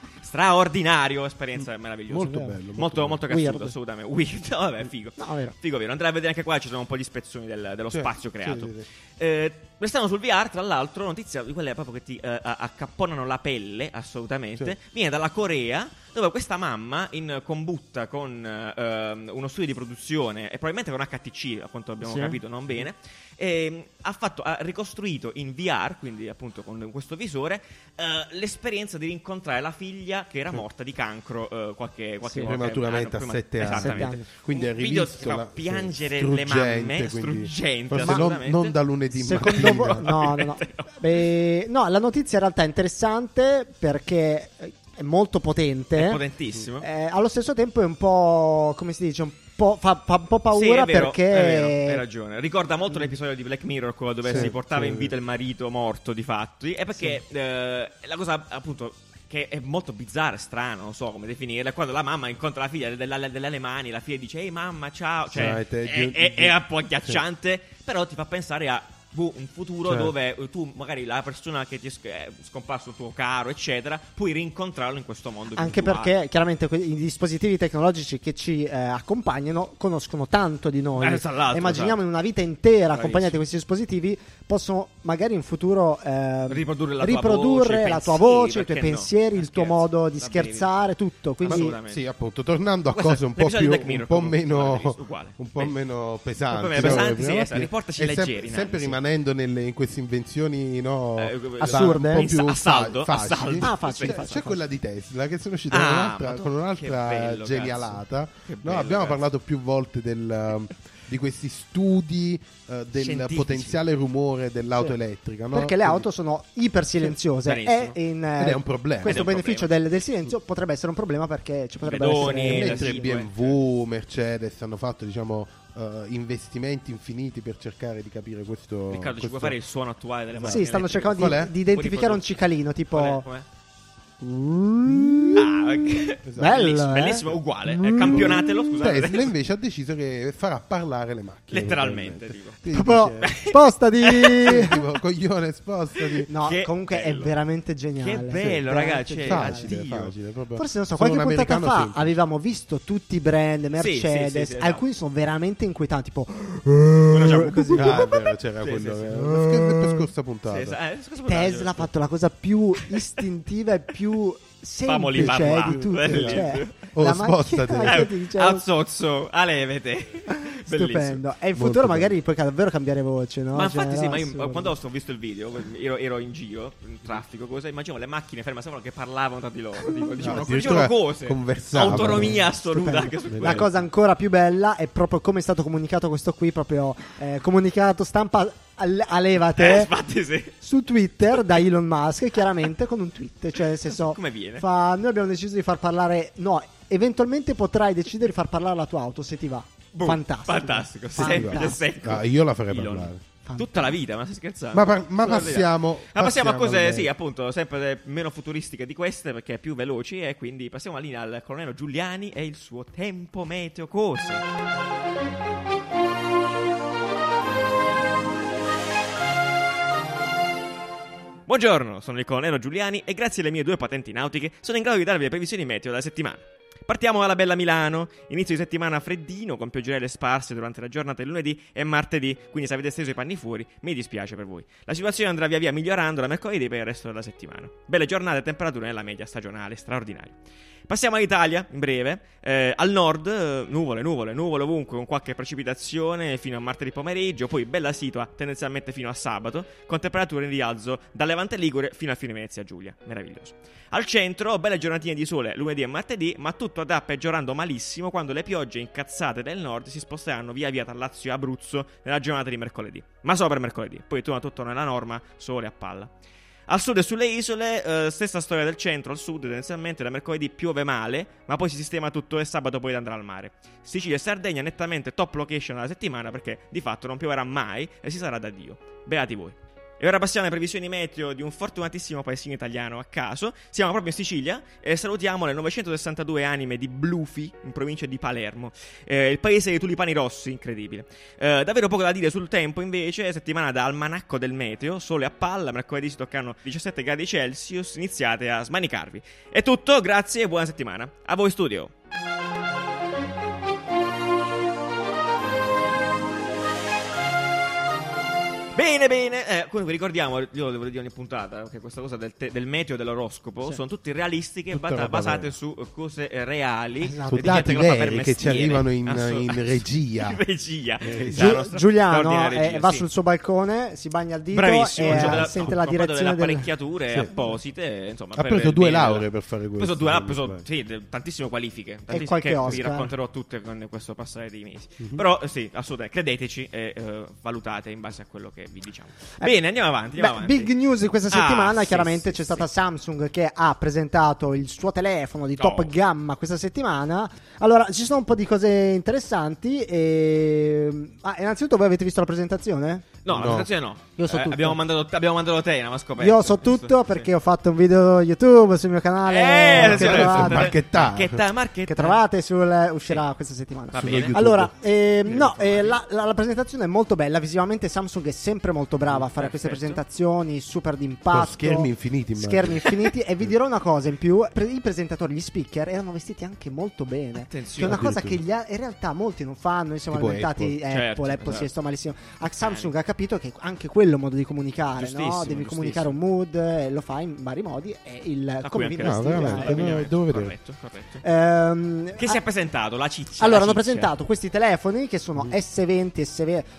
[SPEAKER 1] straordinario, esperienza meravigliosa.
[SPEAKER 2] Mm. Molto
[SPEAKER 1] molto,
[SPEAKER 2] bello. Molto,
[SPEAKER 1] molto,
[SPEAKER 2] bello.
[SPEAKER 1] cazzuto,
[SPEAKER 3] Weird.
[SPEAKER 1] assolutamente. Weird. Vabbè, figo.
[SPEAKER 3] No, vero.
[SPEAKER 1] Figo, vero. Andrai a vedere anche qua, ci sono un po' di spezzoni del- dello
[SPEAKER 2] Sì,
[SPEAKER 1] spazio
[SPEAKER 2] sì,
[SPEAKER 1] creato.
[SPEAKER 2] sì, sì.
[SPEAKER 1] Eh, restando sul VR, tra l'altro, notizia di quelle proprio che ti eh, a- accapponano la pelle, assolutamente, viene dalla Corea, dove questa mamma in combutta con ehm, uno studio di produzione e probabilmente con HTC, a quanto abbiamo
[SPEAKER 3] Sì.
[SPEAKER 1] capito, non bene, ehm, ha, fatto- ha ricostruito in VR, quindi appunto con questo visore, eh, l'esperienza di rincontrare la figlia che era morta di cancro eh, qualche, qualche
[SPEAKER 3] Sì.
[SPEAKER 1] qualche
[SPEAKER 2] Prematuramente
[SPEAKER 1] anno
[SPEAKER 2] a sette anni.
[SPEAKER 1] Esattamente.
[SPEAKER 3] Sette anni.
[SPEAKER 2] Quindi
[SPEAKER 1] Un
[SPEAKER 2] è
[SPEAKER 1] video che
[SPEAKER 2] rivisto
[SPEAKER 1] fa
[SPEAKER 2] la,
[SPEAKER 1] piangere
[SPEAKER 2] sì,
[SPEAKER 1] le mamme,
[SPEAKER 2] quindi-
[SPEAKER 1] struggente,
[SPEAKER 2] forse non,
[SPEAKER 1] assolutamente.
[SPEAKER 2] non da lunedì mattina.
[SPEAKER 3] Secondo voi, no, no, no.
[SPEAKER 1] Probabilmente no.
[SPEAKER 3] Beh, no, la notizia in realtà è interessante perché è molto potente.
[SPEAKER 1] È potentissimo.
[SPEAKER 3] Eh, allo stesso tempo è un po', come si dice, un po', fa, fa un po' paura
[SPEAKER 1] Sì, è vero,
[SPEAKER 3] perché...
[SPEAKER 1] è vero, hai ragione. Ricorda molto l'episodio di Black Mirror, quello dove
[SPEAKER 2] Sì,
[SPEAKER 1] si portava
[SPEAKER 2] sì.
[SPEAKER 1] in vita il marito morto di fatti. È perché eh, la cosa, appunto, che è molto bizzarra, strana, non so come definirla, è quando la mamma incontra la figlia della- delle Alemani, la figlia dice, ehi mamma, ciao, cioè,
[SPEAKER 2] Ciao, e te-
[SPEAKER 1] è,
[SPEAKER 2] di-
[SPEAKER 1] è-
[SPEAKER 2] di-
[SPEAKER 1] è un po' agghiacciante, però ti fa pensare a... boh, un futuro
[SPEAKER 2] Certo.
[SPEAKER 1] dove eh, tu, magari la persona che ti è sc- è scomparso, il tuo caro, eccetera, puoi rincontrarlo in questo mondo.
[SPEAKER 3] Anche
[SPEAKER 1] virtuale.
[SPEAKER 3] perché chiaramente que- i dispositivi tecnologici che ci eh, accompagnano conoscono tanto di noi.
[SPEAKER 1] Eh, tra l'altro, esatto.
[SPEAKER 3] Immaginiamo in una vita intera
[SPEAKER 1] Bravissimo.
[SPEAKER 3] accompagnati da questi dispositivi, possono magari in futuro eh,
[SPEAKER 1] Riprodurre la tua
[SPEAKER 3] riprodurre
[SPEAKER 1] voce, i
[SPEAKER 3] la tua
[SPEAKER 1] pensieri,
[SPEAKER 3] voce, i tuoi
[SPEAKER 1] perché no?
[SPEAKER 3] pensieri,
[SPEAKER 1] Non
[SPEAKER 3] il tuo
[SPEAKER 1] scherzo,
[SPEAKER 3] modo di
[SPEAKER 1] va
[SPEAKER 3] scherzare, tutto. Quindi
[SPEAKER 1] Assolutamente.
[SPEAKER 2] Sì, appunto, tornando a
[SPEAKER 1] Questo-
[SPEAKER 2] cose un po'
[SPEAKER 1] l'episodio di
[SPEAKER 2] più
[SPEAKER 1] Black Mirror
[SPEAKER 2] un po'
[SPEAKER 1] comunque,
[SPEAKER 2] meno
[SPEAKER 1] guarda, uguale.
[SPEAKER 2] un po'
[SPEAKER 1] Beh,
[SPEAKER 2] meno
[SPEAKER 1] un po'
[SPEAKER 2] pesanti,
[SPEAKER 1] meno
[SPEAKER 2] no?
[SPEAKER 1] pesanti, sì,
[SPEAKER 2] Prima
[SPEAKER 1] esatto,
[SPEAKER 2] mattina.
[SPEAKER 1] riportaci
[SPEAKER 2] E
[SPEAKER 1] leggeri,
[SPEAKER 2] sempre,
[SPEAKER 1] Nanni,
[SPEAKER 2] sempre
[SPEAKER 1] sì.
[SPEAKER 2] rimanendo nelle- in queste invenzioni no,
[SPEAKER 1] Eh,
[SPEAKER 3] assurde?
[SPEAKER 2] un po' più
[SPEAKER 1] A saldo,
[SPEAKER 2] fa-
[SPEAKER 1] a saldo.
[SPEAKER 2] facili.
[SPEAKER 3] Ah, facili,
[SPEAKER 2] C'è- c'è
[SPEAKER 3] facili, facili.
[SPEAKER 2] quella di Tesla che sono uscita
[SPEAKER 1] Ah,
[SPEAKER 2] con un'altra,
[SPEAKER 1] madonna,
[SPEAKER 2] con un'altra
[SPEAKER 1] che bello,
[SPEAKER 2] genialata
[SPEAKER 1] cazzo. Che
[SPEAKER 2] No,
[SPEAKER 1] bello,
[SPEAKER 2] abbiamo
[SPEAKER 1] cazzo.
[SPEAKER 2] parlato più volte del, um, di questi studi eh, del
[SPEAKER 1] Scientifici.
[SPEAKER 2] potenziale rumore dell'auto elettrica no?
[SPEAKER 3] Perché le
[SPEAKER 2] Quindi-
[SPEAKER 3] auto sono iper silenziose
[SPEAKER 1] Benissimo.
[SPEAKER 3] e in, eh,
[SPEAKER 2] Ed è un problema.
[SPEAKER 3] questo
[SPEAKER 1] Ed è un
[SPEAKER 3] beneficio del, del silenzio potrebbe essere un problema perché ci potrebbe
[SPEAKER 1] Pedoni,
[SPEAKER 3] essere
[SPEAKER 1] la
[SPEAKER 2] eh, mentre
[SPEAKER 1] sì,
[SPEAKER 2] BMW, Mercedes hanno fatto diciamo eh, investimenti infiniti per cercare di capire questo.
[SPEAKER 1] Riccardo, ci
[SPEAKER 2] questo-
[SPEAKER 1] puoi fare il suono attuale delle macchine?
[SPEAKER 3] Sì, stanno
[SPEAKER 1] elettriche?
[SPEAKER 3] cercando
[SPEAKER 2] Qual è?
[SPEAKER 3] di, di identificare un cicalino tipo...
[SPEAKER 1] Qual è?
[SPEAKER 3] Mm.
[SPEAKER 1] Ah, ok.
[SPEAKER 2] Esatto.
[SPEAKER 3] Bello, eh?
[SPEAKER 1] bellissimo, uguale. Eh,
[SPEAKER 3] Mm.
[SPEAKER 1] campionatelo, scusate.
[SPEAKER 2] Tesla invece ha deciso che farà parlare le macchine.
[SPEAKER 1] Letteralmente,
[SPEAKER 2] probabilmente.
[SPEAKER 3] Proprio
[SPEAKER 2] Quindi
[SPEAKER 3] spostati!
[SPEAKER 2] dice, eh, tipo, coglione, spostati.
[SPEAKER 3] No,
[SPEAKER 1] Che
[SPEAKER 3] comunque
[SPEAKER 1] bello.
[SPEAKER 3] è veramente geniale.
[SPEAKER 1] Che bello,
[SPEAKER 3] Sì,
[SPEAKER 1] ragazzi,
[SPEAKER 3] veramente
[SPEAKER 1] cioè,
[SPEAKER 3] geniale.
[SPEAKER 2] Facile,
[SPEAKER 1] addio.
[SPEAKER 2] facile, proprio.
[SPEAKER 3] Forse non so,
[SPEAKER 2] Sono
[SPEAKER 3] qualche
[SPEAKER 2] un
[SPEAKER 3] puntata
[SPEAKER 2] americano
[SPEAKER 3] fa
[SPEAKER 2] semplice.
[SPEAKER 3] avevamo visto tutti i brand, Mercedes,
[SPEAKER 1] sì, sì, esatto.
[SPEAKER 3] alcuni sono veramente inquietanti, tipo
[SPEAKER 1] c'è-
[SPEAKER 3] così.
[SPEAKER 2] Ah, è vero, c'era
[SPEAKER 1] Sì,
[SPEAKER 2] quello. eh,
[SPEAKER 1] sì, sì.
[SPEAKER 2] che- la scorsa
[SPEAKER 1] Sì,
[SPEAKER 2] puntata.
[SPEAKER 1] esa- eh, scusa,
[SPEAKER 3] Tesla ha fatto la cosa più istintiva e più
[SPEAKER 1] Famoli
[SPEAKER 3] semplice eh,
[SPEAKER 1] parlare.
[SPEAKER 3] di tutte. Cioè,
[SPEAKER 2] Oh,
[SPEAKER 3] la macchina
[SPEAKER 2] spostateli.
[SPEAKER 3] che
[SPEAKER 1] Eh,
[SPEAKER 3] ti dice,
[SPEAKER 1] al zozzo, a levete. Bellissimo.
[SPEAKER 3] Stupendo. E in
[SPEAKER 2] Molto
[SPEAKER 3] futuro
[SPEAKER 2] bello.
[SPEAKER 3] magari puoi davvero cambiare voce, no?
[SPEAKER 1] Ma
[SPEAKER 3] Cioè,
[SPEAKER 1] infatti, sì,
[SPEAKER 3] no,
[SPEAKER 1] ma io
[SPEAKER 3] assurdo.
[SPEAKER 1] quando ho visto il video, ero, ero in giro, in traffico, cosa, immaginavo le macchine ferme, sembra che parlavano tra di loro, dico, dicevano,
[SPEAKER 2] addirittura
[SPEAKER 1] dicevano cose,
[SPEAKER 2] conversavano.
[SPEAKER 1] autonomia assoluta
[SPEAKER 3] Stupendo.
[SPEAKER 1] anche su
[SPEAKER 3] La
[SPEAKER 1] quello.
[SPEAKER 3] cosa ancora più bella è proprio come è stato comunicato questo qui, proprio eh, comunicato stampa al- a
[SPEAKER 1] Eh,
[SPEAKER 3] levate
[SPEAKER 1] infatti sì.
[SPEAKER 3] su Twitter da Elon Musk, chiaramente con un tweet, cioè nel senso
[SPEAKER 1] Come viene?
[SPEAKER 3] fa, noi abbiamo deciso di far parlare no, eventualmente potrai decidere di far parlare la tua auto se ti va.
[SPEAKER 1] Boom.
[SPEAKER 3] fantastico.
[SPEAKER 1] Boh, Fantastico,
[SPEAKER 3] Fantastico.
[SPEAKER 1] semplice, secco.
[SPEAKER 2] Ah, io la farei
[SPEAKER 1] Elon.
[SPEAKER 2] parlare.
[SPEAKER 1] Tutta la vita, ma stai scherzando?
[SPEAKER 2] Ma par- ma
[SPEAKER 1] Tutta la vita.
[SPEAKER 2] passiamo-
[SPEAKER 1] Ma Ah, passiamo a
[SPEAKER 2] passiamo
[SPEAKER 1] cose,
[SPEAKER 2] alle-
[SPEAKER 1] sì, appunto, sempre meno futuristiche di queste perché più veloci e quindi passiamo linea al colonnello Giuliani e il suo tempo meteo cosa. Buongiorno, sono il colonnello Giuliani e grazie alle mie due patenti nautiche sono in grado di darvi le previsioni meteo della settimana. Partiamo dalla bella Milano, inizio di settimana freddino con pioggerelle sparse durante la giornata di lunedì e martedì, quindi se avete steso i panni fuori mi dispiace per voi. La situazione andrà via via migliorando da mercoledì per il resto della settimana. Belle giornate e temperature nella media stagionale, straordinario. Passiamo all'Italia, in breve. Eh, al nord, eh, nuvole, nuvole, nuvole ovunque, con qualche precipitazione fino a martedì pomeriggio, poi bella situa tendenzialmente fino a sabato, con temperature in rialzo da Levante Ligure fino a fine Venezia Giulia. Meraviglioso. Al centro, belle giornatine di sole lunedì e martedì, ma tutto andrà peggiorando malissimo quando le piogge incazzate del nord si sposteranno via via tra Lazio e Abruzzo nella giornata di mercoledì. Ma solo per mercoledì, poi torna tutto nella norma, sole a palla. Al sud e sulle isole, eh, stessa storia del centro, al sud tendenzialmente da mercoledì piove male, ma poi si sistema tutto e sabato poi andrà al mare. Sicilia e Sardegna nettamente top location della settimana perché di fatto non pioverà mai e si sarà da Dio. Beati voi. E ora passiamo alle previsioni meteo di un fortunatissimo paesino italiano a caso. Siamo proprio in Sicilia e salutiamo le 962 anime di Blufi in provincia di Palermo, eh, il paese dei tulipani rossi, incredibile. Eh, davvero poco da dire sul tempo invece, settimana da almanacco del meteo, sole a palla, mercoledì si toccano 17 gradi Celsius, iniziate a smanicarvi. È tutto, grazie e buona settimana. A voi studio. Bene, bene. Eh, come vi ricordiamo, io lo devo dire ogni puntata, che questa cosa del, te- del meteo e dell'oroscopo
[SPEAKER 3] Sì.
[SPEAKER 1] sono tutte realistiche
[SPEAKER 2] Tutta
[SPEAKER 1] bata-
[SPEAKER 2] roba
[SPEAKER 1] basate
[SPEAKER 2] vera.
[SPEAKER 1] su eh, cose eh, reali.
[SPEAKER 3] Esatto.
[SPEAKER 1] e
[SPEAKER 2] Su
[SPEAKER 1] di gente
[SPEAKER 2] dati
[SPEAKER 1] che lo fa per
[SPEAKER 2] veri che ci
[SPEAKER 1] mestiere.
[SPEAKER 2] arrivano in-
[SPEAKER 1] Assolut-
[SPEAKER 2] in regia.
[SPEAKER 1] in regia.
[SPEAKER 2] Eh,
[SPEAKER 1] Sarà
[SPEAKER 3] Giu-
[SPEAKER 1] una stra-
[SPEAKER 3] Giuliano
[SPEAKER 1] straordinaria
[SPEAKER 3] eh,
[SPEAKER 1] regia,
[SPEAKER 3] va
[SPEAKER 1] sì.
[SPEAKER 3] sul suo balcone, si bagna il dito
[SPEAKER 1] Bravissimo,
[SPEAKER 3] e
[SPEAKER 1] c'è della-
[SPEAKER 3] eh, sente la
[SPEAKER 1] ho comprato
[SPEAKER 3] direzione
[SPEAKER 1] delle
[SPEAKER 3] del...
[SPEAKER 1] apparecchiature
[SPEAKER 2] Sì.
[SPEAKER 1] apposite. Insomma,
[SPEAKER 2] Ha
[SPEAKER 1] per
[SPEAKER 2] preso
[SPEAKER 1] il
[SPEAKER 2] due
[SPEAKER 1] bene
[SPEAKER 2] lauree
[SPEAKER 1] della-
[SPEAKER 2] per fare
[SPEAKER 1] Ho preso
[SPEAKER 2] questo,
[SPEAKER 1] due lauree,
[SPEAKER 2] quindi,
[SPEAKER 1] ho preso, sì, de- tantissime qualifiche. Tantissime,
[SPEAKER 3] qualche
[SPEAKER 1] che vi
[SPEAKER 3] Oscar. Mhm.
[SPEAKER 1] racconterò tutte con questo passare dei mesi. Però eh, sì, assolutamente, credeteci e eh, valutate in base a quello che vi diciamo. Bene, andiamo avanti. Andiamo
[SPEAKER 3] Eh, Beh,
[SPEAKER 1] avanti.
[SPEAKER 3] big news di questa
[SPEAKER 1] Ah,
[SPEAKER 3] settimana,
[SPEAKER 1] sì,
[SPEAKER 3] chiaramente
[SPEAKER 1] sì,
[SPEAKER 3] c'è
[SPEAKER 1] sì.
[SPEAKER 3] stata Samsung che ha presentato il suo telefono di top
[SPEAKER 1] Oh.
[SPEAKER 3] gamma questa settimana. Allora, ci sono un po' di cose interessanti. E... Ah, innanzitutto voi avete visto la presentazione?
[SPEAKER 1] No, la
[SPEAKER 2] No.
[SPEAKER 1] presentazione no. Eh,
[SPEAKER 3] Io so tutto.
[SPEAKER 1] Abbiamo mandato, abbiamo mandato te, ma scoperto.
[SPEAKER 3] Io so tutto
[SPEAKER 1] Sì.
[SPEAKER 3] perché ho fatto un video YouTube sul mio canale
[SPEAKER 1] Eh,
[SPEAKER 3] che,
[SPEAKER 1] sì, sì,
[SPEAKER 3] trovate,
[SPEAKER 1] sì.
[SPEAKER 2] Marchetta.
[SPEAKER 1] Marchetta, marchetta.
[SPEAKER 3] che trovate sul, uscirà questa settimana.
[SPEAKER 1] Va
[SPEAKER 2] Su
[SPEAKER 1] bene.
[SPEAKER 2] YouTube.
[SPEAKER 3] Allora,
[SPEAKER 1] Bene,
[SPEAKER 3] ehm, no,
[SPEAKER 1] informati.
[SPEAKER 3] eh, la, la- la presentazione è molto bella. Visivamente, Samsung è sempre molto brava a fare queste
[SPEAKER 1] Perfetto.
[SPEAKER 3] presentazioni super d'impatto.
[SPEAKER 2] Con schermi infiniti, immagino.
[SPEAKER 3] Schermi infiniti. e vi dirò una cosa in più: Pre- i presentatori, gli speaker, erano vestiti anche molto bene. Che è
[SPEAKER 1] Attenzione.
[SPEAKER 3] una cosa che gli a- in realtà molti non fanno. Noi siamo
[SPEAKER 2] Tipo
[SPEAKER 3] alimentati Apple,
[SPEAKER 2] Apple.
[SPEAKER 3] Apple,
[SPEAKER 1] Certo,
[SPEAKER 3] si è
[SPEAKER 1] esatto.
[SPEAKER 3] sto malissimo. A Samsung ha capito che anche quello è un modo di comunicare, no?
[SPEAKER 1] Giustissimo,
[SPEAKER 3] Devi
[SPEAKER 1] giustissimo.
[SPEAKER 3] comunicare un mood, e lo fai in vari modi. E il
[SPEAKER 1] Da qui
[SPEAKER 3] come
[SPEAKER 1] anche
[SPEAKER 3] vi
[SPEAKER 1] la-
[SPEAKER 2] No,
[SPEAKER 3] vestite,
[SPEAKER 2] Ah, veramente,
[SPEAKER 3] eh.
[SPEAKER 2] no, devo Eh, vedere.
[SPEAKER 1] Corretto, corretto.
[SPEAKER 3] Ehm,
[SPEAKER 1] Eh, Che
[SPEAKER 3] ah,
[SPEAKER 1] si è presentato? La ciccia.
[SPEAKER 3] allora,
[SPEAKER 1] la
[SPEAKER 3] hanno
[SPEAKER 1] ciccia.
[SPEAKER 3] presentato questi telefoni che sono
[SPEAKER 2] Mm.
[SPEAKER 3] S20, S20.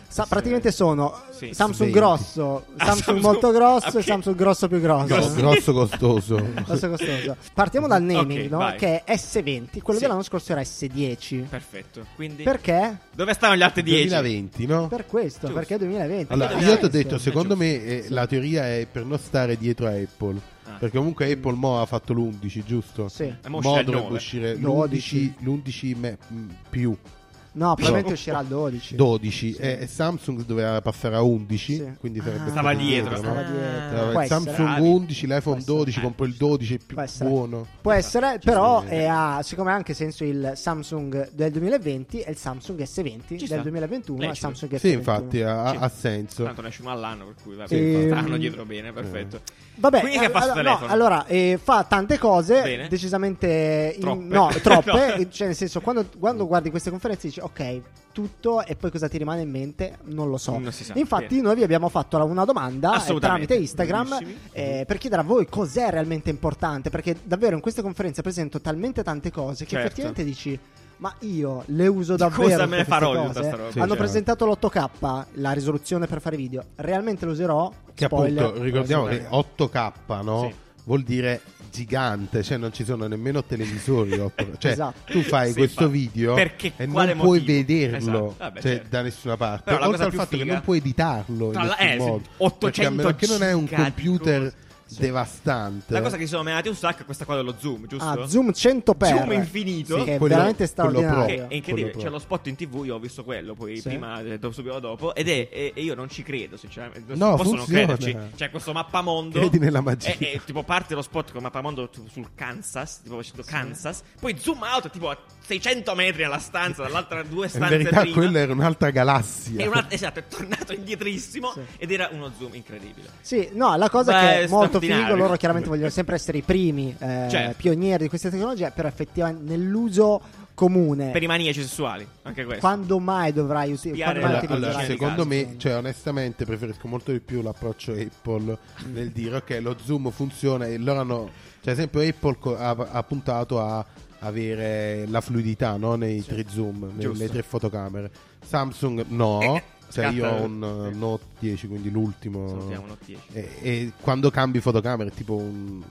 [SPEAKER 3] sa-
[SPEAKER 1] S20.
[SPEAKER 3] praticamente sono
[SPEAKER 1] Sì,
[SPEAKER 3] Samsung
[SPEAKER 2] S20.
[SPEAKER 3] grosso,
[SPEAKER 1] Ah,
[SPEAKER 3] Samsung,
[SPEAKER 1] Samsung-
[SPEAKER 3] molto grosso
[SPEAKER 1] ok.
[SPEAKER 3] e Samsung grosso più grosso.
[SPEAKER 2] Grosso, grosso costoso.
[SPEAKER 3] Grosso costoso. Partiamo dal naming,
[SPEAKER 1] Ok,
[SPEAKER 3] no?
[SPEAKER 1] vai.
[SPEAKER 3] Che è S20, quello
[SPEAKER 1] Sì.
[SPEAKER 3] dell'anno scorso era S10.
[SPEAKER 1] Perfetto. Quindi,
[SPEAKER 3] Perché?
[SPEAKER 1] dove stanno gli altri 10?
[SPEAKER 2] 2020, no?
[SPEAKER 3] Per questo,
[SPEAKER 1] Giusto.
[SPEAKER 3] perché 2020.
[SPEAKER 2] Allora,
[SPEAKER 1] Perché
[SPEAKER 2] io ti ho
[SPEAKER 1] dai,
[SPEAKER 2] detto,
[SPEAKER 1] insomma,
[SPEAKER 2] secondo me eh, la teoria è per non stare dietro a Apple.
[SPEAKER 1] Ah.
[SPEAKER 2] Perché comunque Apple mo ha fatto l'11, giusto?
[SPEAKER 3] Sì.
[SPEAKER 1] E mo'
[SPEAKER 2] Mo
[SPEAKER 1] uscirà il
[SPEAKER 2] dovrebbe
[SPEAKER 1] 9.
[SPEAKER 2] uscire
[SPEAKER 3] Dodici.
[SPEAKER 2] l'11, l'11 me- m- più
[SPEAKER 3] No, probabilmente
[SPEAKER 2] No.
[SPEAKER 3] uscirà il 12.
[SPEAKER 2] 12
[SPEAKER 3] Sì.
[SPEAKER 2] e e Samsung doveva passare a 11,
[SPEAKER 3] Sì.
[SPEAKER 2] quindi
[SPEAKER 3] Ah.
[SPEAKER 2] sarebbe
[SPEAKER 1] Stava
[SPEAKER 2] stato
[SPEAKER 1] dietro.
[SPEAKER 2] no?
[SPEAKER 3] Stava
[SPEAKER 1] Ah.
[SPEAKER 3] dietro.
[SPEAKER 2] Stava-
[SPEAKER 3] Può
[SPEAKER 2] il Samsung
[SPEAKER 3] essere.
[SPEAKER 1] Bravi.
[SPEAKER 2] 11, l'iPhone
[SPEAKER 3] essere.
[SPEAKER 2] 12 con poi il 12 più
[SPEAKER 3] Può essere.
[SPEAKER 2] buono.
[SPEAKER 3] Può essere, però
[SPEAKER 2] sta.
[SPEAKER 3] eh, ha siccome ha anche senso il Samsung del 2020 e il Samsung S20
[SPEAKER 1] Ci
[SPEAKER 3] del
[SPEAKER 1] sta.
[SPEAKER 3] 2021 e il
[SPEAKER 1] Lecito.
[SPEAKER 3] Samsung S21.
[SPEAKER 2] Sì, infatti ha,
[SPEAKER 1] Sì.
[SPEAKER 2] ha senso. Eh,
[SPEAKER 1] Tanto ne esce uno all'anno, per cui va
[SPEAKER 3] Sì,
[SPEAKER 1] bene.
[SPEAKER 3] infatti.
[SPEAKER 1] Stanno dietro bene, perfetto.
[SPEAKER 3] Vabbè,
[SPEAKER 1] Quindi che fa sul
[SPEAKER 3] allora, no,
[SPEAKER 1] telefono?
[SPEAKER 3] allora eh, fa tante cose
[SPEAKER 1] Bene.
[SPEAKER 3] decisamente in-
[SPEAKER 1] Troppe.
[SPEAKER 3] no, troppe,
[SPEAKER 1] No.
[SPEAKER 3] eh, cioè nel senso quando, quando guardi queste conferenze dici ok, tutto e poi cosa ti rimane in mente non lo so.
[SPEAKER 1] Non si sa.
[SPEAKER 3] Infatti
[SPEAKER 1] Bene.
[SPEAKER 3] noi vi abbiamo fatto la- una domanda eh,
[SPEAKER 1] Assolutamente.
[SPEAKER 3] tramite Instagram
[SPEAKER 1] Bravissimi.
[SPEAKER 3] eh, per chiedere a voi cos'è realmente importante, perché davvero in queste conferenze presento talmente tante cose che
[SPEAKER 1] Certo.
[SPEAKER 3] effettivamente dici ma io le uso
[SPEAKER 1] Cosa
[SPEAKER 3] davvero.
[SPEAKER 1] me ne
[SPEAKER 3] queste
[SPEAKER 1] farò io da
[SPEAKER 3] cose?
[SPEAKER 1] sta roba?
[SPEAKER 2] Sì,
[SPEAKER 3] Hanno
[SPEAKER 2] certo.
[SPEAKER 3] presentato l'8K, la risoluzione per fare video. Realmente lo userò?
[SPEAKER 2] Che
[SPEAKER 3] Spoiler.
[SPEAKER 2] appunto ricordiamo
[SPEAKER 1] Eh,
[SPEAKER 2] che
[SPEAKER 1] sì.
[SPEAKER 2] 8K no?
[SPEAKER 1] Sì.
[SPEAKER 2] vuol dire gigante, cioè non ci sono nemmeno televisori. otto- cioè
[SPEAKER 3] Esatto.
[SPEAKER 2] tu fai
[SPEAKER 1] Sì,
[SPEAKER 2] questo
[SPEAKER 1] fa-
[SPEAKER 2] video
[SPEAKER 1] Perché?
[SPEAKER 2] e non
[SPEAKER 1] Quale
[SPEAKER 2] puoi
[SPEAKER 1] motivo?
[SPEAKER 2] vederlo
[SPEAKER 1] Esatto. Vabbè,
[SPEAKER 2] cioè,
[SPEAKER 1] certo.
[SPEAKER 2] da nessuna parte.
[SPEAKER 1] Però la
[SPEAKER 2] Oltre
[SPEAKER 1] cosa
[SPEAKER 2] al
[SPEAKER 1] più
[SPEAKER 2] fatto che
[SPEAKER 1] figa-
[SPEAKER 2] non puoi editarlo.
[SPEAKER 1] Tra
[SPEAKER 2] in
[SPEAKER 1] la-
[SPEAKER 2] nessun
[SPEAKER 1] eh, sì,
[SPEAKER 2] modo.
[SPEAKER 1] 800
[SPEAKER 2] perché, a meno che non è un
[SPEAKER 1] giga di
[SPEAKER 2] computer
[SPEAKER 1] cose.
[SPEAKER 2] devastante. eh.
[SPEAKER 1] La cosa che ci sono menati un sacco è questa qua dello zoom, giusto?
[SPEAKER 3] Ah, zoom 100 per
[SPEAKER 1] Zoom infinito.
[SPEAKER 3] Sì, che è
[SPEAKER 2] Quello-
[SPEAKER 3] veramente
[SPEAKER 2] quello pro.
[SPEAKER 3] straordinario.
[SPEAKER 1] Che è incredibile,
[SPEAKER 2] Quello
[SPEAKER 1] c'è lo spot in tv, io ho visto quello, poi
[SPEAKER 3] Sì.
[SPEAKER 1] prima, eh, do- subito dopo, ed è, e, e io non ci credo, sinceramente, non
[SPEAKER 2] No,
[SPEAKER 1] posso non
[SPEAKER 2] funziona. eh.
[SPEAKER 1] crederci, c'è questo mappamondo,
[SPEAKER 2] Credi nella magia.
[SPEAKER 1] e, e tipo parte lo spot con mappamondo tu- sul Kansas, tipo facendo Kansas, poi zoom out tipo a 600 metri alla stanza, dall'altra due
[SPEAKER 2] in
[SPEAKER 1] stanze
[SPEAKER 2] verità
[SPEAKER 1] prima,
[SPEAKER 2] quella era un'altra galassia.
[SPEAKER 1] e un altro- esatto, è tornato indietrissimo,
[SPEAKER 3] Sì.
[SPEAKER 1] ed era uno zoom incredibile.
[SPEAKER 3] Sì, no, la cosa
[SPEAKER 1] Beh,
[SPEAKER 3] che è molto
[SPEAKER 1] straordinario.
[SPEAKER 3] figo, loro chiaramente vogliono sempre essere i primi eh,
[SPEAKER 1] Certo.
[SPEAKER 3] pionieri di queste tecnologie, però effettivamente nell'uso
[SPEAKER 2] Eh.
[SPEAKER 3] comune,
[SPEAKER 1] Per i maniaci sessuali, anche questo.
[SPEAKER 3] quando mai dovrai usi-
[SPEAKER 1] Spiare
[SPEAKER 3] quando
[SPEAKER 1] la-
[SPEAKER 3] mai
[SPEAKER 2] Allora,
[SPEAKER 1] Infatti,
[SPEAKER 2] Eh, allora,
[SPEAKER 1] non c'è
[SPEAKER 3] utilizzerai-
[SPEAKER 2] secondo
[SPEAKER 1] caso,
[SPEAKER 2] me, cioè, onestamente, preferisco molto di più l'approccio Apple nel dire ok, lo zoom funziona e loro hanno, cioè, ad esempio, Apple co- ha, ha puntato a avere la fluidità no? nei tre zoom, nelle
[SPEAKER 1] Giusto.
[SPEAKER 2] tre fotocamere. Samsung, no,
[SPEAKER 1] Eh,
[SPEAKER 2] cioè,
[SPEAKER 1] scatta-
[SPEAKER 2] io ho un
[SPEAKER 1] eh.
[SPEAKER 2] eh, Note 10, quindi l'ultimo.
[SPEAKER 1] Salutiamo Note 10.
[SPEAKER 2] E, e quando cambi fotocamera è tipo un.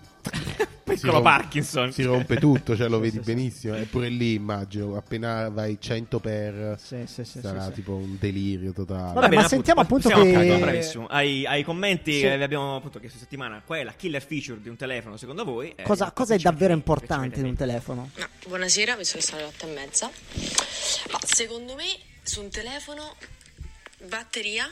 [SPEAKER 2] si
[SPEAKER 1] Piccolo
[SPEAKER 2] rom-
[SPEAKER 1] Parkinson.
[SPEAKER 2] Si rompe tutto, cioè lo
[SPEAKER 3] Sì,
[SPEAKER 2] vedi
[SPEAKER 3] sì, sì.
[SPEAKER 2] benissimo. Eppure lì immagino, appena vai 100 per
[SPEAKER 3] Sì, sì, sì,
[SPEAKER 2] sarà
[SPEAKER 3] sì, sì.
[SPEAKER 2] tipo un delirio totale.
[SPEAKER 3] Vabbè, ma sentiamo appunto
[SPEAKER 1] siamo
[SPEAKER 3] che-
[SPEAKER 1] a caso, bravissimo. Ai, ai commenti
[SPEAKER 3] Sì.
[SPEAKER 1] eh, vi abbiamo appunto chiesto settimana qual è la killer feature di un telefono secondo voi. Eh,
[SPEAKER 3] Cosa,
[SPEAKER 1] infatti
[SPEAKER 3] cosa è
[SPEAKER 1] ci avete-
[SPEAKER 3] davvero
[SPEAKER 1] ci
[SPEAKER 3] importante
[SPEAKER 1] avete
[SPEAKER 3] in un
[SPEAKER 1] detto.
[SPEAKER 3] telefono?
[SPEAKER 4] No, buonasera, mi sono stata alle otto e mezza. Ma secondo me su un telefono batteria,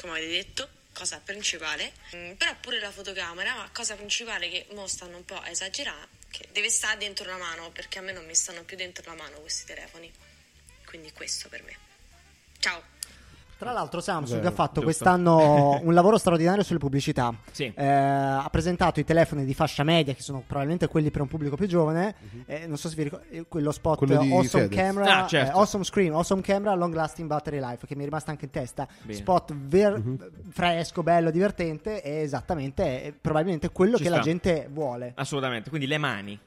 [SPEAKER 4] come avete detto, cosa principale, Mm, però pure la fotocamera, ma cosa principale che mo stanno un po' a esagerare, che deve stare dentro la mano, perché a me non mi stanno più dentro la mano questi telefoni. Quindi questo per me. Ciao.
[SPEAKER 3] Tra l'altro Samsung
[SPEAKER 2] Vero,
[SPEAKER 3] ha fatto
[SPEAKER 1] giusto.
[SPEAKER 3] quest'anno un lavoro straordinario sulle pubblicità.
[SPEAKER 1] Sì.
[SPEAKER 3] Eh, ha presentato i telefoni di fascia media, che sono probabilmente quelli per un pubblico più giovane. Eh, non so se vi ricordate, quello spot
[SPEAKER 2] Mhm. Quello di
[SPEAKER 3] Awesome
[SPEAKER 2] Fedez.
[SPEAKER 3] Camera,
[SPEAKER 1] Ah, certo.
[SPEAKER 3] eh, Awesome Screen, Awesome Camera, Long Lasting Battery Life, che mi è rimasto anche in testa.
[SPEAKER 1] Bene.
[SPEAKER 3] Spot ver-
[SPEAKER 2] Mhm.
[SPEAKER 3] fresco, bello, divertente, è esattamente, è probabilmente quello
[SPEAKER 1] Ci
[SPEAKER 3] che la
[SPEAKER 1] sta.
[SPEAKER 3] gente vuole.
[SPEAKER 1] Assolutamente, quindi le mani.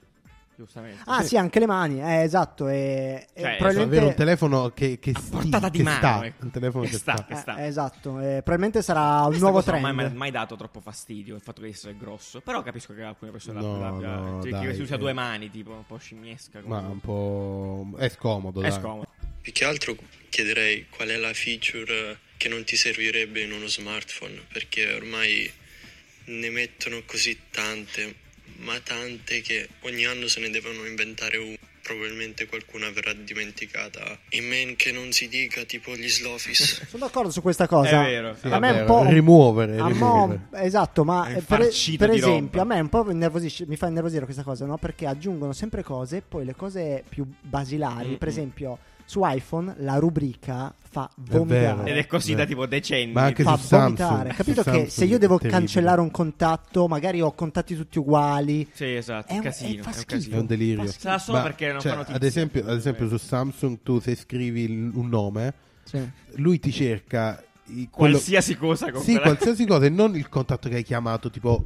[SPEAKER 1] Giustamente.
[SPEAKER 3] Ah sì, anche le mani, eh, esatto. E,
[SPEAKER 1] Cioè,
[SPEAKER 3] e
[SPEAKER 2] Cioè,
[SPEAKER 3] probabilmente...
[SPEAKER 2] avere un telefono che, che sti-
[SPEAKER 1] portata di
[SPEAKER 2] che
[SPEAKER 1] mano,
[SPEAKER 2] sta,
[SPEAKER 1] ecco.
[SPEAKER 2] un telefono
[SPEAKER 1] Che
[SPEAKER 2] che,
[SPEAKER 1] sta.
[SPEAKER 2] sta.
[SPEAKER 1] che
[SPEAKER 3] Eh, eh, esatto, eh, probabilmente sarà un
[SPEAKER 1] Questa
[SPEAKER 3] nuovo
[SPEAKER 1] cosa non
[SPEAKER 3] trend.
[SPEAKER 1] mi ha mai, mai dato troppo fastidio il fatto che esso è grosso. Però capisco che alcune persone
[SPEAKER 2] No,
[SPEAKER 1] l'abbia-
[SPEAKER 2] no,
[SPEAKER 1] cioè, che
[SPEAKER 2] dai,
[SPEAKER 1] si usa
[SPEAKER 2] eh.
[SPEAKER 1] due mani, tipo un po' scimmiesca.
[SPEAKER 2] ma
[SPEAKER 1] come-
[SPEAKER 2] un po' è scomodo.
[SPEAKER 1] È
[SPEAKER 2] dai.
[SPEAKER 1] scomodo.
[SPEAKER 5] Più che altro chiederei qual è la feature che non ti servirebbe in uno smartphone, perché ormai ne mettono così tante, ma tante che ogni anno se ne devono inventare una. Probabilmente qualcuna verrà dimenticata. In men che non si dica tipo gli slofis.
[SPEAKER 3] Sono d'accordo su questa cosa.
[SPEAKER 1] È vero.
[SPEAKER 2] Sì,
[SPEAKER 3] a me
[SPEAKER 2] è
[SPEAKER 3] un
[SPEAKER 2] vero.
[SPEAKER 3] po'.
[SPEAKER 2] rimuovere,
[SPEAKER 3] a
[SPEAKER 2] rimuovere.
[SPEAKER 3] mo- esatto, ma
[SPEAKER 1] È
[SPEAKER 3] eh, per,
[SPEAKER 1] infarcito
[SPEAKER 3] per
[SPEAKER 1] di
[SPEAKER 3] esempio,
[SPEAKER 1] roba.
[SPEAKER 3] a me un po' innervosisce- mi fa innervosire questa cosa, no? Perché aggiungono sempre cose, poi le cose più basilari,
[SPEAKER 1] Mm-mm.
[SPEAKER 3] per esempio, su iPhone la rubrica fa
[SPEAKER 2] vero.
[SPEAKER 3] vomitare.
[SPEAKER 1] Ed è così
[SPEAKER 2] Eh.
[SPEAKER 1] da tipo decenni.
[SPEAKER 2] Ma anche
[SPEAKER 3] fa
[SPEAKER 2] su Samsung,
[SPEAKER 3] vomitare.
[SPEAKER 2] su
[SPEAKER 3] Capito che
[SPEAKER 2] Samsung
[SPEAKER 3] se io devo
[SPEAKER 2] è terribile.
[SPEAKER 3] cancellare un contatto, magari ho contatti tutti uguali.
[SPEAKER 1] Sì, esatto.
[SPEAKER 3] È un-
[SPEAKER 1] casino.
[SPEAKER 3] è- fa
[SPEAKER 1] è un
[SPEAKER 3] schifo.
[SPEAKER 1] casino.
[SPEAKER 2] È un delirio.
[SPEAKER 3] Fa
[SPEAKER 1] Sarà solo perché non
[SPEAKER 2] cioè,
[SPEAKER 1] fa notizie.
[SPEAKER 2] Ad esempio, ad esempio su Samsung tu se scrivi l- un nome, lui ti cerca i- quello-
[SPEAKER 1] Qualsiasi cosa con
[SPEAKER 2] Sì,
[SPEAKER 1] quella-
[SPEAKER 2] qualsiasi cosa e non il contatto che hai chiamato, tipo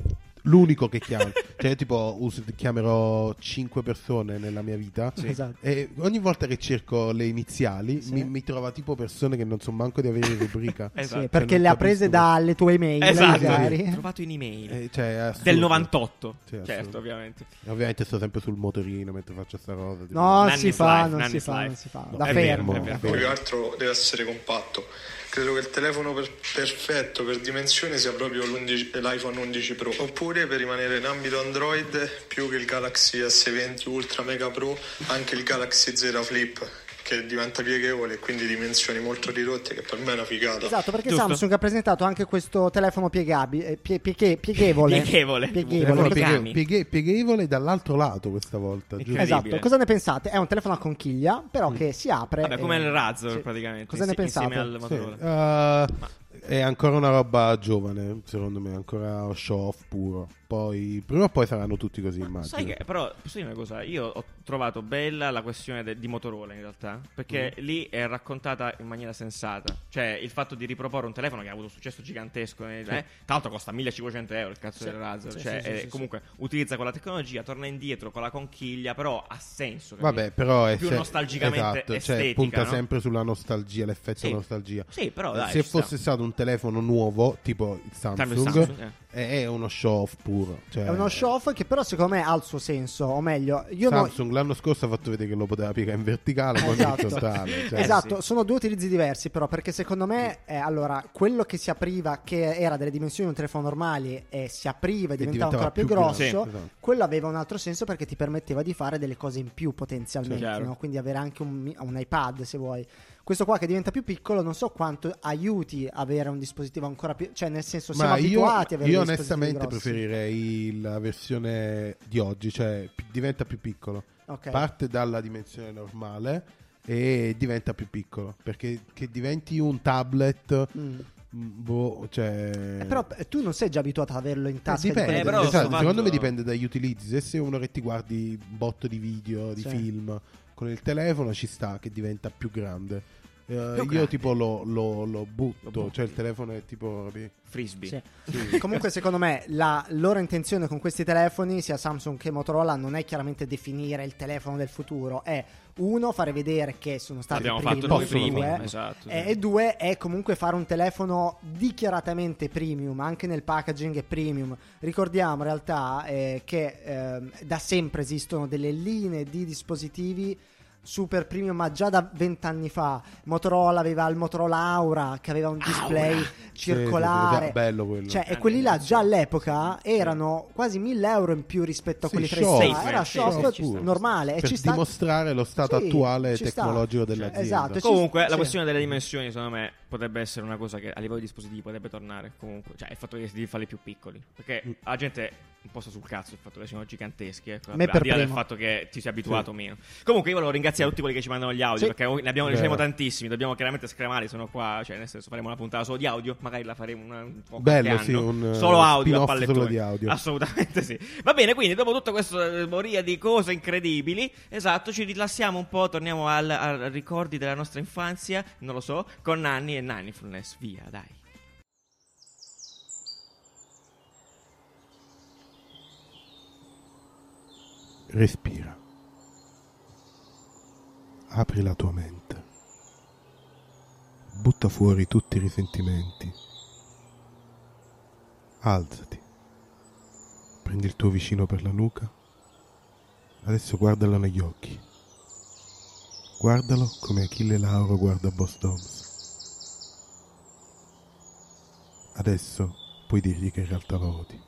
[SPEAKER 2] l'unico che chiami. cioè, io tipo us- chiamerò 5 persone nella mia vita.
[SPEAKER 3] Esatto.
[SPEAKER 2] E Eh, ogni volta che cerco le iniziali
[SPEAKER 3] Sì.
[SPEAKER 2] mi, mi trova tipo persone che non so manco di avere in rubrica.
[SPEAKER 3] Sì,
[SPEAKER 1] Esatto.
[SPEAKER 3] perché
[SPEAKER 2] Cioè, non
[SPEAKER 3] le ha
[SPEAKER 2] capisco.
[SPEAKER 3] prese dalle tue email,
[SPEAKER 1] Esatto.
[SPEAKER 3] magari.
[SPEAKER 1] Trovato in email.
[SPEAKER 2] Eh, cioè, è assurdo.
[SPEAKER 1] Del 98,
[SPEAKER 2] Sì, assurdo.
[SPEAKER 1] certo, ovviamente.
[SPEAKER 2] Ovviamente sto sempre sul motorino mentre faccio sta cosa. tipo- Eh,
[SPEAKER 3] No,
[SPEAKER 1] Nanny's
[SPEAKER 3] si fa,
[SPEAKER 1] life,
[SPEAKER 3] non si
[SPEAKER 1] Nanny's
[SPEAKER 3] fa,
[SPEAKER 1] life.
[SPEAKER 3] non si fa.
[SPEAKER 2] No,
[SPEAKER 3] La
[SPEAKER 2] è vero,
[SPEAKER 3] fermo.
[SPEAKER 2] è vero.
[SPEAKER 6] Più che altro deve essere compatto. Credo che il telefono per- perfetto per dimensione sia proprio l'undici- l'iPhone 11 Pro. Oppure per rimanere in ambito Android, più che il Galaxy S20 Ultra Mega Pro, anche il Galaxy Z Flip, che diventa pieghevole e quindi dimensioni molto ridotte, che per me è una figata.
[SPEAKER 3] Esatto, perché
[SPEAKER 1] Giusto.
[SPEAKER 3] Samsung ha presentato anche questo telefono piegabi- eh, pie- pieghe- pieghevole.
[SPEAKER 1] Pieghevole.
[SPEAKER 2] Telefono
[SPEAKER 3] Pieghevole.
[SPEAKER 1] Pieghevole.
[SPEAKER 2] pieghe- pieghe- pieghevole dall'altro lato questa volta. giusto?
[SPEAKER 1] Incredibile.
[SPEAKER 3] Esatto, cosa ne pensate? È un telefono a conchiglia, però che si apre.
[SPEAKER 1] Vabbè, come
[SPEAKER 3] eh,
[SPEAKER 1] il razzo
[SPEAKER 3] sì.
[SPEAKER 1] praticamente.
[SPEAKER 3] Cosa ne
[SPEAKER 1] insi-
[SPEAKER 3] pensate?
[SPEAKER 1] Insieme al
[SPEAKER 2] Sì,
[SPEAKER 1] Motorola.
[SPEAKER 2] eh, è ancora una roba giovane, secondo me, ancora show off puro. poi, prima o poi saranno tutti così, immagino.
[SPEAKER 1] Sai che, però, posso dire una cosa? Io ho trovato bella la questione de- di Motorola in realtà, perché
[SPEAKER 2] Mm.
[SPEAKER 1] lì è raccontata in maniera sensata. Cioè, il fatto di riproporre un telefono che ha avuto un successo gigantesco, eh, tra l'altro costa 1500 euro il cazzo
[SPEAKER 7] Sì.
[SPEAKER 1] del Razer,
[SPEAKER 7] Sì,
[SPEAKER 1] cioè,
[SPEAKER 7] sì, sì,
[SPEAKER 1] eh,
[SPEAKER 7] sì,
[SPEAKER 1] comunque utilizza quella tecnologia, torna indietro con la conchiglia, però ha senso. capito?
[SPEAKER 2] Vabbè, però è
[SPEAKER 1] più
[SPEAKER 2] se-
[SPEAKER 1] nostalgicamente
[SPEAKER 2] esatto, cioè,
[SPEAKER 1] estetica,
[SPEAKER 2] punta
[SPEAKER 1] no?
[SPEAKER 2] sempre sulla nostalgia, l'effetto
[SPEAKER 1] Sì.
[SPEAKER 2] nostalgia.
[SPEAKER 1] Sì, però,
[SPEAKER 2] Eh,
[SPEAKER 1] Oh, dai,
[SPEAKER 2] se
[SPEAKER 1] ci sta.
[SPEAKER 2] fosse stato un telefono nuovo, tipo il Samsung,
[SPEAKER 1] Sempre il Samsung, eh.
[SPEAKER 2] è è uno show off puro. Cioè,
[SPEAKER 3] È uno show off che però secondo me ha il suo senso, o meglio, io non
[SPEAKER 2] Samsung l'anno scorso ha fatto vedere che lo poteva piegare in verticale, poi in orizzontale. Cioè,
[SPEAKER 3] Esatto, sono due utilizzi diversi però perché secondo me eh, allora, quello che si apriva che era delle dimensioni di un telefono normale e si apriva e
[SPEAKER 2] diventava
[SPEAKER 3] diventava, ancora più,
[SPEAKER 2] più
[SPEAKER 3] grosso,
[SPEAKER 2] grande. Sì. Esatto.
[SPEAKER 3] quello aveva un altro senso perché ti permetteva di fare delle cose in più
[SPEAKER 1] Sì,
[SPEAKER 3] potenzialmente,
[SPEAKER 1] chiaro.
[SPEAKER 3] no? quindi avere anche un, mi- un iPad se vuoi. Questo qua che diventa più piccolo non so quanto aiuti avere un dispositivo ancora più, cioè nel senso siamo
[SPEAKER 2] Ma io,
[SPEAKER 3] abituati a avere
[SPEAKER 2] io
[SPEAKER 3] dei dispositivi
[SPEAKER 2] onestamente
[SPEAKER 3] grossi.
[SPEAKER 2] preferirei la versione di oggi, cioè pi- diventa più piccolo.
[SPEAKER 3] Ok.
[SPEAKER 2] Parte dalla dimensione normale e diventa più piccolo, perché che diventi un tablet,
[SPEAKER 3] Mm.
[SPEAKER 2] mh, boh, cioè...
[SPEAKER 3] Eh, però eh, tu non sei già abituato ad averlo in tasca
[SPEAKER 2] Eh, dipende,
[SPEAKER 1] Eh, però
[SPEAKER 2] esatto,
[SPEAKER 1] sto
[SPEAKER 2] secondo
[SPEAKER 1] fatto-
[SPEAKER 2] me dipende dagli utilizzi. Se sei uno che ti guardi un botto di video, di
[SPEAKER 3] Sì.
[SPEAKER 2] film con il telefono, ci sta che diventa più grande. Eh, io
[SPEAKER 1] grande.
[SPEAKER 2] tipo lo, lo- lo butto,
[SPEAKER 1] Lo butti.
[SPEAKER 2] cioè il telefono è tipo capi?
[SPEAKER 1] Frisbee.
[SPEAKER 3] Sì. Comunque, secondo me, la loro intenzione con questi telefoni, sia Samsung che Motorola, non è chiaramente definire il telefono del futuro, è uno, fare vedere che sono stati
[SPEAKER 1] Abbiamo
[SPEAKER 3] i primi,
[SPEAKER 1] fatto noi
[SPEAKER 2] possono
[SPEAKER 1] primi,
[SPEAKER 3] due,
[SPEAKER 1] esatto.
[SPEAKER 3] eh,
[SPEAKER 1] sì.
[SPEAKER 3] e due è comunque fare un telefono dichiaratamente premium, anche nel packaging è premium. Ricordiamo in realtà eh, che ehm, da sempre esistono delle linee di dispositivi super premium, ma già da vent'anni fa Motorola aveva il Motorola Aura che aveva un display
[SPEAKER 2] Sì, sì,
[SPEAKER 3] circolare.
[SPEAKER 2] sì, bello quello.
[SPEAKER 3] Cioè, e
[SPEAKER 1] Grande
[SPEAKER 3] quelli là già
[SPEAKER 1] innovazione.
[SPEAKER 3] all'epoca erano quasi 1000 euro in più rispetto a
[SPEAKER 2] Sì,
[SPEAKER 3] quelli
[SPEAKER 2] show
[SPEAKER 3] tre
[SPEAKER 2] off.
[SPEAKER 3] star. Era
[SPEAKER 1] Sì,
[SPEAKER 3] show
[SPEAKER 1] sì,
[SPEAKER 3] off
[SPEAKER 1] ci sta.
[SPEAKER 3] normale. e
[SPEAKER 2] per
[SPEAKER 3] ci sta-
[SPEAKER 2] dimostrare lo stato
[SPEAKER 3] Sì,
[SPEAKER 2] attuale
[SPEAKER 3] ci sta.
[SPEAKER 2] tecnologico dell'azienda.
[SPEAKER 3] Esatto, ci-
[SPEAKER 1] Comunque, la
[SPEAKER 3] sì.
[SPEAKER 1] questione delle dimensioni, secondo me, potrebbe essere una cosa che a livello di dispositivi potrebbe tornare. Comunque, cioè, il fatto che si devi farli più piccoli. Perché
[SPEAKER 3] Mm.
[SPEAKER 1] la gente un po' sta sul cazzo il fatto che siano giganteschi. Ecco,
[SPEAKER 3] Me
[SPEAKER 1] al
[SPEAKER 3] per
[SPEAKER 1] di là del
[SPEAKER 3] primo.
[SPEAKER 1] fatto che ti sei abituato o meno. Comunque, io volevo ringraziare tutti quelli che ci mandano gli audio.
[SPEAKER 3] Sì.
[SPEAKER 1] Perché ne abbiamo
[SPEAKER 2] Vero.
[SPEAKER 1] ricevuto tantissimi. Dobbiamo chiaramente scremare. Sono qua, cioè, nel senso, faremo una puntata solo di audio. Magari la faremo una, un po' qualche
[SPEAKER 2] Bello, sì,
[SPEAKER 1] anno.
[SPEAKER 2] un, eh,
[SPEAKER 1] solo audio a
[SPEAKER 2] spin-off
[SPEAKER 1] pallettoni.
[SPEAKER 2] solo di audio.
[SPEAKER 1] Assolutamente sì. Va bene, quindi dopo tutta questa eh, moria di cose incredibili, esatto, ci rilassiamo un po', torniamo al, a ricordi della nostra infanzia, non lo so, con Nanni e Nannifulness. Via, dai.
[SPEAKER 2] Respira. Apri la tua mente. Butta fuori tutti i risentimenti. Alzati. Prendi il tuo vicino per la nuca. Adesso guardalo negli occhi. Guardalo come Achille Lauro guarda Boss Dobbs. Adesso puoi dirgli che in realtà lo odi.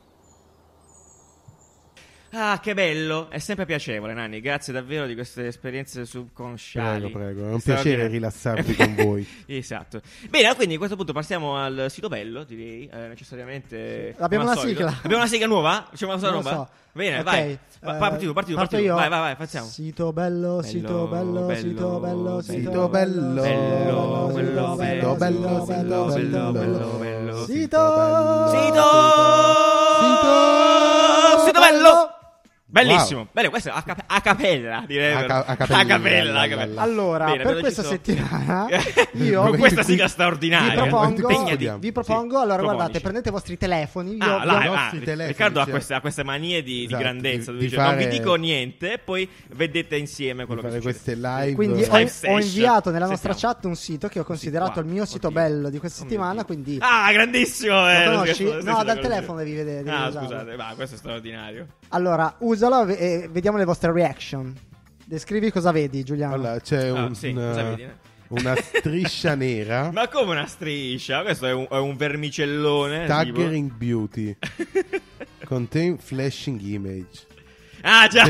[SPEAKER 1] Ah, che bello! È sempre piacevole, Nanni. Grazie davvero di queste esperienze subconsciali.
[SPEAKER 2] Prego, prego, è un
[SPEAKER 1] Straordinario.
[SPEAKER 2] piacere rilassarvi con voi.
[SPEAKER 1] esatto. Bene, allora, quindi a questo punto passiamo al sito bello, direi, eh, necessariamente.
[SPEAKER 3] Sì.
[SPEAKER 1] come
[SPEAKER 3] Abbiamo
[SPEAKER 1] al
[SPEAKER 3] una
[SPEAKER 1] solito.
[SPEAKER 3] sigla.
[SPEAKER 1] Abbiamo una sigla nuova? Facciamo una sigla
[SPEAKER 3] Non lo
[SPEAKER 1] nuova?
[SPEAKER 3] so.
[SPEAKER 1] Bene,
[SPEAKER 3] Ok,
[SPEAKER 1] vai. Va-
[SPEAKER 3] eh,
[SPEAKER 1] parti tu, parti tu,
[SPEAKER 3] parto
[SPEAKER 1] parti tu.
[SPEAKER 3] io.
[SPEAKER 1] Vai, vai, vai, facciamo.
[SPEAKER 3] Sito bello, sito bello,
[SPEAKER 1] bello,
[SPEAKER 3] sito bello,
[SPEAKER 1] bello,
[SPEAKER 3] sito bello,
[SPEAKER 1] bello, bello,
[SPEAKER 2] bello,
[SPEAKER 3] sito sito
[SPEAKER 2] bello,
[SPEAKER 3] bello,
[SPEAKER 2] bello,
[SPEAKER 1] bello,
[SPEAKER 3] bello,
[SPEAKER 1] bello,
[SPEAKER 3] sito
[SPEAKER 1] Sito! Sito bello! Bellissimo. Bene, questo è a, cap- a cappella, direi.
[SPEAKER 2] A ca- a
[SPEAKER 1] cappella.
[SPEAKER 2] cappella.
[SPEAKER 1] A cappella, a
[SPEAKER 2] La-
[SPEAKER 1] cappella.
[SPEAKER 3] Allora,
[SPEAKER 1] Bene,
[SPEAKER 3] per
[SPEAKER 1] abbiamo
[SPEAKER 3] questa
[SPEAKER 1] deciso-
[SPEAKER 3] settimana
[SPEAKER 1] con
[SPEAKER 3] io
[SPEAKER 1] questa
[SPEAKER 2] qui-
[SPEAKER 1] sigla eh,
[SPEAKER 3] vi
[SPEAKER 1] straordinaria.
[SPEAKER 3] propongo,
[SPEAKER 1] Impegnati.
[SPEAKER 2] Sì,
[SPEAKER 3] vi propongo allora
[SPEAKER 1] Proponici.
[SPEAKER 3] guardate, prendete i vostri telefoni, io
[SPEAKER 1] Ah,
[SPEAKER 3] vi-
[SPEAKER 1] là,
[SPEAKER 2] i
[SPEAKER 1] eh, ah,
[SPEAKER 2] nostri telefoni,
[SPEAKER 1] Riccardo ha
[SPEAKER 2] cioè-
[SPEAKER 1] questa, ha questa mania di, di
[SPEAKER 2] Esatto,
[SPEAKER 1] grandezza.
[SPEAKER 2] di-
[SPEAKER 1] dove
[SPEAKER 2] di
[SPEAKER 1] dice, Non vi
[SPEAKER 2] fare-
[SPEAKER 1] dico niente, poi vedete insieme quello che
[SPEAKER 2] fare
[SPEAKER 1] succede.
[SPEAKER 2] queste live.
[SPEAKER 3] quindi ho,
[SPEAKER 1] Live
[SPEAKER 3] ho
[SPEAKER 1] session.
[SPEAKER 3] inviato nella nostra
[SPEAKER 1] Sentiamo.
[SPEAKER 3] chat un sito che ho considerato
[SPEAKER 1] qua.
[SPEAKER 3] il mio sito
[SPEAKER 1] Oddio.
[SPEAKER 3] bello di
[SPEAKER 1] Oh
[SPEAKER 3] questa
[SPEAKER 1] mio
[SPEAKER 3] settimana,
[SPEAKER 1] Dio.
[SPEAKER 3] quindi
[SPEAKER 1] Ah, grandissimo! eh,
[SPEAKER 3] Lo conosci?
[SPEAKER 1] sì, sì,
[SPEAKER 3] No,
[SPEAKER 1] sì,
[SPEAKER 3] dal
[SPEAKER 1] lo
[SPEAKER 3] telefono esatto.
[SPEAKER 1] conosco.
[SPEAKER 3] devi vedere, devi
[SPEAKER 1] Ah,
[SPEAKER 3] usarlo.
[SPEAKER 1] scusate, ma questo è straordinario.
[SPEAKER 3] allora usalo e e vediamo le vostre reaction. Descrivi cosa vedi, Giuliano.
[SPEAKER 2] Allora, c'è
[SPEAKER 1] Ah,
[SPEAKER 2] un-
[SPEAKER 1] sì, cosa vedi, eh?
[SPEAKER 2] una striscia nera.
[SPEAKER 1] Ma come una striscia? Questo è un, è un vermicellone. tipo.
[SPEAKER 2] Staggering Beauty. Contain flashing image.
[SPEAKER 1] Ah, già.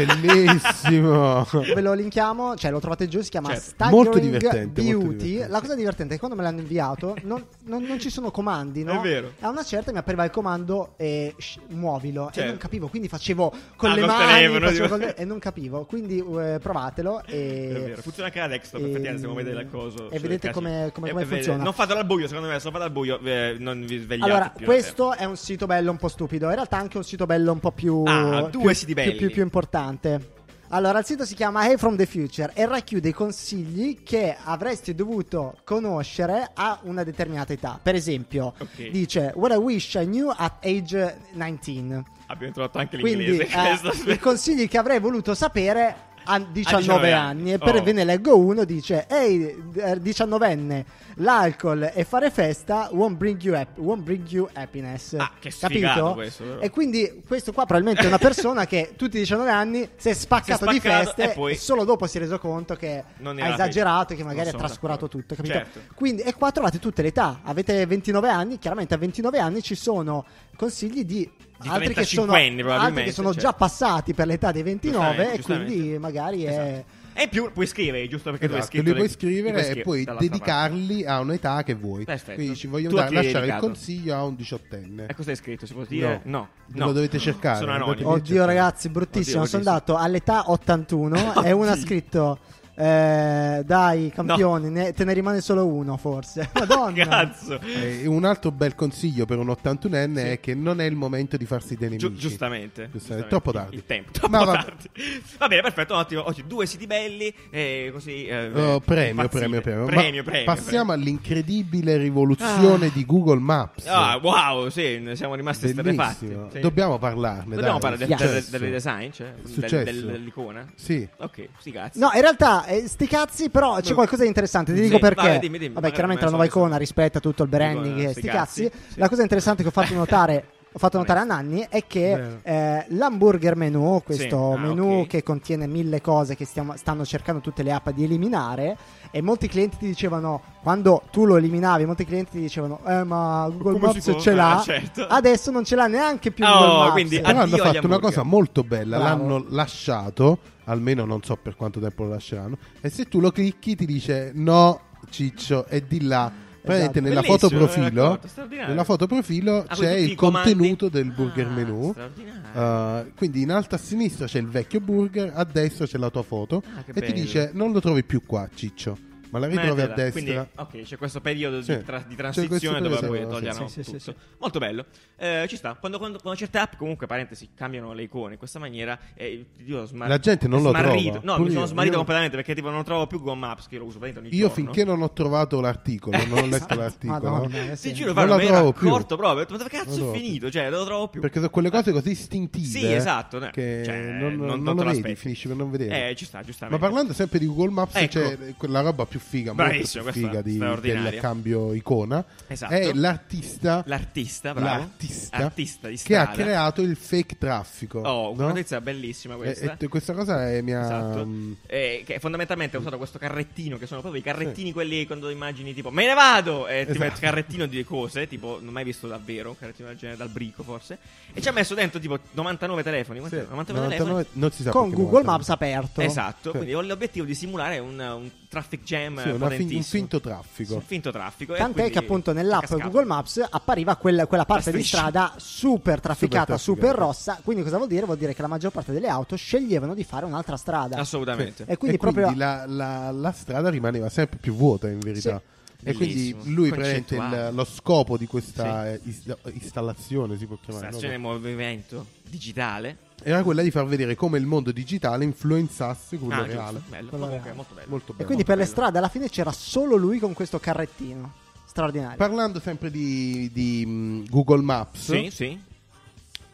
[SPEAKER 2] Bellissimo.
[SPEAKER 1] Ecco.
[SPEAKER 3] Ve lo linkiamo, cioè lo trovate giù, si chiama
[SPEAKER 1] Certo.
[SPEAKER 3] Staggering
[SPEAKER 2] Molto divertente,
[SPEAKER 3] Beauty.
[SPEAKER 2] molto divertente.
[SPEAKER 3] La cosa divertente è che quando me l'hanno inviato non, non- non ci sono comandi, no?
[SPEAKER 1] È vero.
[SPEAKER 3] A una certa mi appariva il comando e sh- muovilo e
[SPEAKER 1] Certo.
[SPEAKER 3] non capivo, quindi facevo con
[SPEAKER 1] Ah,
[SPEAKER 3] le
[SPEAKER 1] col
[SPEAKER 3] mani
[SPEAKER 1] telefono,
[SPEAKER 3] facevo
[SPEAKER 1] tipo.
[SPEAKER 3] con le- e non capivo, quindi eh, provatelo
[SPEAKER 1] È
[SPEAKER 3] e
[SPEAKER 1] vero, funziona anche la desktop, effettivamente, se vuoi vedere il coso.
[SPEAKER 3] Ehm, e
[SPEAKER 1] cioè,
[SPEAKER 3] vedete
[SPEAKER 1] il casino.
[SPEAKER 3] come, come-
[SPEAKER 1] Eh,
[SPEAKER 3] come
[SPEAKER 1] vede-
[SPEAKER 3] funziona.
[SPEAKER 1] Non fatelo al buio, secondo me, se lo fate al buio eh, non vi svegliate
[SPEAKER 3] Allora,
[SPEAKER 1] più.
[SPEAKER 3] questo è un sito bello un po' stupido. In realtà anche un sito bello un po' più.
[SPEAKER 1] Ah, due
[SPEAKER 3] più-
[SPEAKER 1] siti
[SPEAKER 3] più-
[SPEAKER 1] belli.
[SPEAKER 3] Più, più importante. Allora, il sito si chiama Hey from the Future e racchiude i consigli che avresti dovuto conoscere a una determinata età. Per esempio,
[SPEAKER 1] Ok.
[SPEAKER 3] dice What I wish I knew at age 19.
[SPEAKER 1] Abbiamo trovato anche
[SPEAKER 3] Quindi,
[SPEAKER 1] l'inglese.
[SPEAKER 3] eh,
[SPEAKER 1] questo.
[SPEAKER 3] i consigli che avrei voluto sapere a 19,
[SPEAKER 1] 19
[SPEAKER 3] anni.
[SPEAKER 1] anni.
[SPEAKER 3] E per
[SPEAKER 1] Oh.
[SPEAKER 3] ve ne leggo uno: dice, Ehi, eh, 19enne, l'alcol e fare festa won't bring you, hap- won't bring you happiness.
[SPEAKER 1] Ah, che sfigato
[SPEAKER 3] Capito?
[SPEAKER 1] questo, però.
[SPEAKER 3] e quindi, questo qua probabilmente è una persona che tutti i 19 anni si è spaccato
[SPEAKER 1] Si è
[SPEAKER 3] di
[SPEAKER 1] spaccato
[SPEAKER 3] feste
[SPEAKER 1] e poi-
[SPEAKER 3] solo dopo si è reso conto che
[SPEAKER 1] Non
[SPEAKER 3] ha
[SPEAKER 1] era
[SPEAKER 3] esagerato,
[SPEAKER 1] felice.
[SPEAKER 3] che magari ha
[SPEAKER 1] Non sono
[SPEAKER 3] trascurato
[SPEAKER 1] d'accordo.
[SPEAKER 3] tutto. Capito?
[SPEAKER 1] Certo.
[SPEAKER 3] Quindi, e qua trovate tutte le età. Avete 29 anni, chiaramente a 29 anni ci sono consigli di.
[SPEAKER 1] Di
[SPEAKER 3] altri, che sono,
[SPEAKER 1] 35 anni,
[SPEAKER 3] altri che
[SPEAKER 1] probabilmente,
[SPEAKER 3] sono
[SPEAKER 1] cioè.
[SPEAKER 3] già passati per l'età dei 29 e
[SPEAKER 1] Giustamente,
[SPEAKER 3] quindi
[SPEAKER 1] giustamente.
[SPEAKER 3] magari è...
[SPEAKER 1] Esatto. E in più puoi scrivere, giusto? Perché tu hai
[SPEAKER 2] Esatto,
[SPEAKER 1] scritto
[SPEAKER 2] li
[SPEAKER 1] le-
[SPEAKER 2] puoi
[SPEAKER 1] li
[SPEAKER 2] scrivere e
[SPEAKER 1] scrivere
[SPEAKER 2] poi
[SPEAKER 1] dall'altra
[SPEAKER 2] dedicarli a un'età che vuoi.
[SPEAKER 1] Perfetto.
[SPEAKER 2] Quindi ci voglio
[SPEAKER 1] Tu a
[SPEAKER 2] dare-
[SPEAKER 1] chi l'hai
[SPEAKER 2] lasciare il
[SPEAKER 1] dedicato? Ecco,
[SPEAKER 2] consiglio a un
[SPEAKER 1] parte. E
[SPEAKER 2] diciottenne.
[SPEAKER 1] cosa hai scritto? Si può dire? No. no.
[SPEAKER 2] Lo dovete cercare.
[SPEAKER 1] Sono
[SPEAKER 2] Lo dovete
[SPEAKER 1] anonimo.
[SPEAKER 2] leggere.
[SPEAKER 3] Oddio ragazzi, bruttissimo.
[SPEAKER 1] Oddio,
[SPEAKER 3] Sono
[SPEAKER 1] bruttissimo.
[SPEAKER 3] andato all'età 81 e uno ha scritto... eh, dai campioni, ne- te ne rimane solo uno forse. Madonna.
[SPEAKER 1] Cazzo.
[SPEAKER 2] Eh, un altro bel consiglio per un 81enne è che non è il momento di farsi dei nemici.
[SPEAKER 1] Giu- giustamente,
[SPEAKER 2] Giustamente,
[SPEAKER 1] giustamente.
[SPEAKER 2] Troppo
[SPEAKER 1] Il-
[SPEAKER 2] tardi.
[SPEAKER 1] Il tempo, troppo
[SPEAKER 2] Ma va-
[SPEAKER 1] tardi. Va bene, perfetto, ottimo. Oggi due siti belli e così eh,
[SPEAKER 2] Oh,
[SPEAKER 1] eh,
[SPEAKER 2] premio,
[SPEAKER 1] impazzite.
[SPEAKER 2] premio, premio, Ma
[SPEAKER 1] Premio, premio,
[SPEAKER 2] Passiamo all'incredibile rivoluzione
[SPEAKER 1] Ah.
[SPEAKER 2] di Google Maps.
[SPEAKER 1] premio. Ah, wow, sì, ne siamo rimasti stupefatti.
[SPEAKER 2] Bellissimo.
[SPEAKER 1] Sì.
[SPEAKER 2] Dobbiamo parlarne.
[SPEAKER 1] Dobbiamo parlare
[SPEAKER 2] dai.
[SPEAKER 1] del, del,
[SPEAKER 2] Successo.
[SPEAKER 1] del redesign, cioè, del-
[SPEAKER 2] Successo.
[SPEAKER 1] del- dell'icona?
[SPEAKER 2] Sì.
[SPEAKER 1] Ok, sti cazzi.
[SPEAKER 3] No, in realtà, eh, sti cazzi, però c'è
[SPEAKER 1] No.
[SPEAKER 3] qualcosa di interessante. Ti
[SPEAKER 1] Sì,
[SPEAKER 3] dico perché.
[SPEAKER 1] vai, dimmi, dimmi.
[SPEAKER 3] Vabbè,
[SPEAKER 1] Magari
[SPEAKER 3] chiaramente la
[SPEAKER 1] non me
[SPEAKER 3] nuova
[SPEAKER 1] la so,
[SPEAKER 3] icona rispetta tutto il branding,
[SPEAKER 1] Icona,
[SPEAKER 3] eh,
[SPEAKER 1] sti
[SPEAKER 3] sti
[SPEAKER 1] cazzi,
[SPEAKER 3] cazzi.
[SPEAKER 1] sì.
[SPEAKER 3] La cosa interessante che ho fatto notare. Ho fatto notare a Nanni è che
[SPEAKER 2] Vero.
[SPEAKER 3] eh, l'hamburger menu, questo
[SPEAKER 1] Sì, ah,
[SPEAKER 3] menu
[SPEAKER 1] ok.
[SPEAKER 3] che contiene mille cose che stiamo- stanno cercando tutte le app di eliminare, e molti clienti ti dicevano, quando tu lo eliminavi, molti clienti ti dicevano, eh ma Google
[SPEAKER 1] Come si
[SPEAKER 3] Maps
[SPEAKER 1] può?"
[SPEAKER 3] ce l'ha,
[SPEAKER 1] Ah, certo.
[SPEAKER 3] adesso non ce l'ha neanche più
[SPEAKER 1] Oh,
[SPEAKER 3] Google Maps.
[SPEAKER 1] quindi-
[SPEAKER 2] Però
[SPEAKER 1] Addio
[SPEAKER 2] hanno
[SPEAKER 1] agli
[SPEAKER 2] Eh,
[SPEAKER 1] eh.
[SPEAKER 2] fatto una
[SPEAKER 1] hamburger.
[SPEAKER 2] cosa molto bella.
[SPEAKER 3] Bravo.
[SPEAKER 2] L'hanno lasciato, almeno non so per quanto tempo lo lasceranno. E se tu lo clicchi, ti dice no, Ciccio, e di là. Praticamente nella foto
[SPEAKER 1] Esatto. Bellissimo, eh,
[SPEAKER 2] profilo,
[SPEAKER 1] racconto, straordinario.
[SPEAKER 2] nella foto profilo
[SPEAKER 1] Ah,
[SPEAKER 2] c'è
[SPEAKER 1] quindi tutti
[SPEAKER 2] il
[SPEAKER 1] i comandi-
[SPEAKER 2] contenuto del burger
[SPEAKER 1] Ah,
[SPEAKER 2] menu.
[SPEAKER 1] straordinario.
[SPEAKER 2] Eh, quindi in alto a sinistra c'è il vecchio burger, a destra c'è la tua foto
[SPEAKER 1] Ah, che
[SPEAKER 2] e ti
[SPEAKER 1] bello.
[SPEAKER 2] dice non lo trovi più qua, Ciccio, ma la ritrovi a
[SPEAKER 1] Metterla.
[SPEAKER 2] destra.
[SPEAKER 1] Quindi, ok, c'è questo periodo
[SPEAKER 2] Sì.
[SPEAKER 1] di, tra- di
[SPEAKER 2] C'è questo
[SPEAKER 1] transizione
[SPEAKER 2] periodo,
[SPEAKER 1] dove poi
[SPEAKER 2] sì,
[SPEAKER 1] toglierò
[SPEAKER 3] sì, sì,
[SPEAKER 1] tutto.
[SPEAKER 3] sì,
[SPEAKER 1] Molto bello. Eh, ci sta. Quando, quando- quando certe app, comunque, parentesi, cambiano le icone in questa maniera, eh, io smar-
[SPEAKER 2] La gente non lo
[SPEAKER 1] smarrito.
[SPEAKER 2] trova.
[SPEAKER 1] No,
[SPEAKER 2] Pure
[SPEAKER 1] mi sono
[SPEAKER 2] io,
[SPEAKER 1] smarrito
[SPEAKER 2] io-
[SPEAKER 1] completamente perché tipo non trovo più Google Maps, che io lo uso praticamente ogni
[SPEAKER 2] Io
[SPEAKER 1] giorno.
[SPEAKER 2] finché non ho trovato l'articolo, non ho letto
[SPEAKER 1] Esatto.
[SPEAKER 2] l'articolo.
[SPEAKER 3] Madonna, eh,
[SPEAKER 1] Sì,
[SPEAKER 3] sì.
[SPEAKER 1] giuro,
[SPEAKER 2] Non la
[SPEAKER 1] non mi
[SPEAKER 2] trovo
[SPEAKER 1] ero
[SPEAKER 2] più.
[SPEAKER 1] accorto proprio. Ho detto, Ma dove
[SPEAKER 2] Non la
[SPEAKER 1] cazzo
[SPEAKER 2] trovo
[SPEAKER 1] è
[SPEAKER 2] più.
[SPEAKER 1] finito? Cioè, non lo trovo più.
[SPEAKER 2] Perché sono quelle cose così istintive.
[SPEAKER 1] Sì, esatto, no.
[SPEAKER 2] Che
[SPEAKER 1] Cioè,
[SPEAKER 2] non,
[SPEAKER 1] non-
[SPEAKER 2] non
[SPEAKER 1] non te
[SPEAKER 2] lo
[SPEAKER 1] lo
[SPEAKER 2] vedi,
[SPEAKER 1] aspetti.
[SPEAKER 2] finisci per non vedere.
[SPEAKER 1] Eh, ci sta,
[SPEAKER 2] Ma
[SPEAKER 1] giustamente.
[SPEAKER 2] parlando sempre di Google Maps,
[SPEAKER 1] Ecco.
[SPEAKER 2] c'è quella roba più figa,
[SPEAKER 1] Bravissimo,
[SPEAKER 2] molto più
[SPEAKER 1] questa
[SPEAKER 2] figa di-
[SPEAKER 1] straordinaria.
[SPEAKER 2] del cambio icona.
[SPEAKER 1] Esatto.
[SPEAKER 2] È l'artista,
[SPEAKER 1] L'artista, bravo.
[SPEAKER 2] l'artista
[SPEAKER 1] Artista di
[SPEAKER 2] che ha
[SPEAKER 1] strada.
[SPEAKER 2] creato il fake traffico.
[SPEAKER 1] Oh, una
[SPEAKER 2] no? Eh,
[SPEAKER 1] notizia bellissima questa.
[SPEAKER 2] E- e questa cosa è mia.
[SPEAKER 1] Esatto.
[SPEAKER 2] mm,
[SPEAKER 1] Eh, che fondamentalmente ho usato questo carrettino, che sono proprio i carrettini quelli quando immagini tipo me ne vado! E ti
[SPEAKER 2] Esatto.
[SPEAKER 1] metti il carrettino di cose, tipo non ho mai visto davvero un carrettino del genere, dal brico forse. E ci ha messo dentro tipo 99 telefoni.
[SPEAKER 2] sì,
[SPEAKER 1] quanti- 99,
[SPEAKER 2] 99
[SPEAKER 1] telefoni.
[SPEAKER 2] non si sa
[SPEAKER 3] Con
[SPEAKER 2] perché
[SPEAKER 3] Google
[SPEAKER 2] 99.
[SPEAKER 3] Maps aperto.
[SPEAKER 1] Esatto,
[SPEAKER 2] Sì.
[SPEAKER 1] quindi ho l'obiettivo di simulare un, un traffic jam
[SPEAKER 2] Sì, una fin-
[SPEAKER 1] potentissimo.
[SPEAKER 2] un finto traffico.
[SPEAKER 1] Un finto traffico. e
[SPEAKER 3] Tant'è
[SPEAKER 1] Eh, quindi
[SPEAKER 3] che appunto nell'app
[SPEAKER 1] cascato.
[SPEAKER 3] Google Maps appariva quella, quella parte
[SPEAKER 1] La
[SPEAKER 3] di
[SPEAKER 1] striscia.
[SPEAKER 3] strada super trafficata,
[SPEAKER 2] trafficata.
[SPEAKER 3] super, rossa. Quindi cosa vuol dire? Vuol dire che la maggior parte delle auto sceglievano di fare un'altra strada.
[SPEAKER 1] Assolutamente.
[SPEAKER 3] E quindi proprio
[SPEAKER 2] la, la- la strada rimaneva sempre più vuota in verità. E quindi
[SPEAKER 1] Bellissimo.
[SPEAKER 2] lui praticamente
[SPEAKER 1] Concettuale.
[SPEAKER 2] il- lo scopo di questa eh, is- installazione si può chiamare
[SPEAKER 1] Stazione in
[SPEAKER 2] no?
[SPEAKER 1] movimento digitale.
[SPEAKER 2] era quella di far vedere come il mondo digitale influenzasse quello
[SPEAKER 1] Ah, giusto,
[SPEAKER 2] reale.
[SPEAKER 1] bello.
[SPEAKER 3] Quello
[SPEAKER 1] Comunque,
[SPEAKER 3] reale.
[SPEAKER 1] molto bello.
[SPEAKER 2] Molto
[SPEAKER 3] e
[SPEAKER 2] bello.
[SPEAKER 3] quindi per le
[SPEAKER 1] bello.
[SPEAKER 3] strade alla fine c'era solo lui con questo carrettino. Straordinario.
[SPEAKER 2] Parlando sempre di, di, mh, Google Maps
[SPEAKER 1] Sì, sì.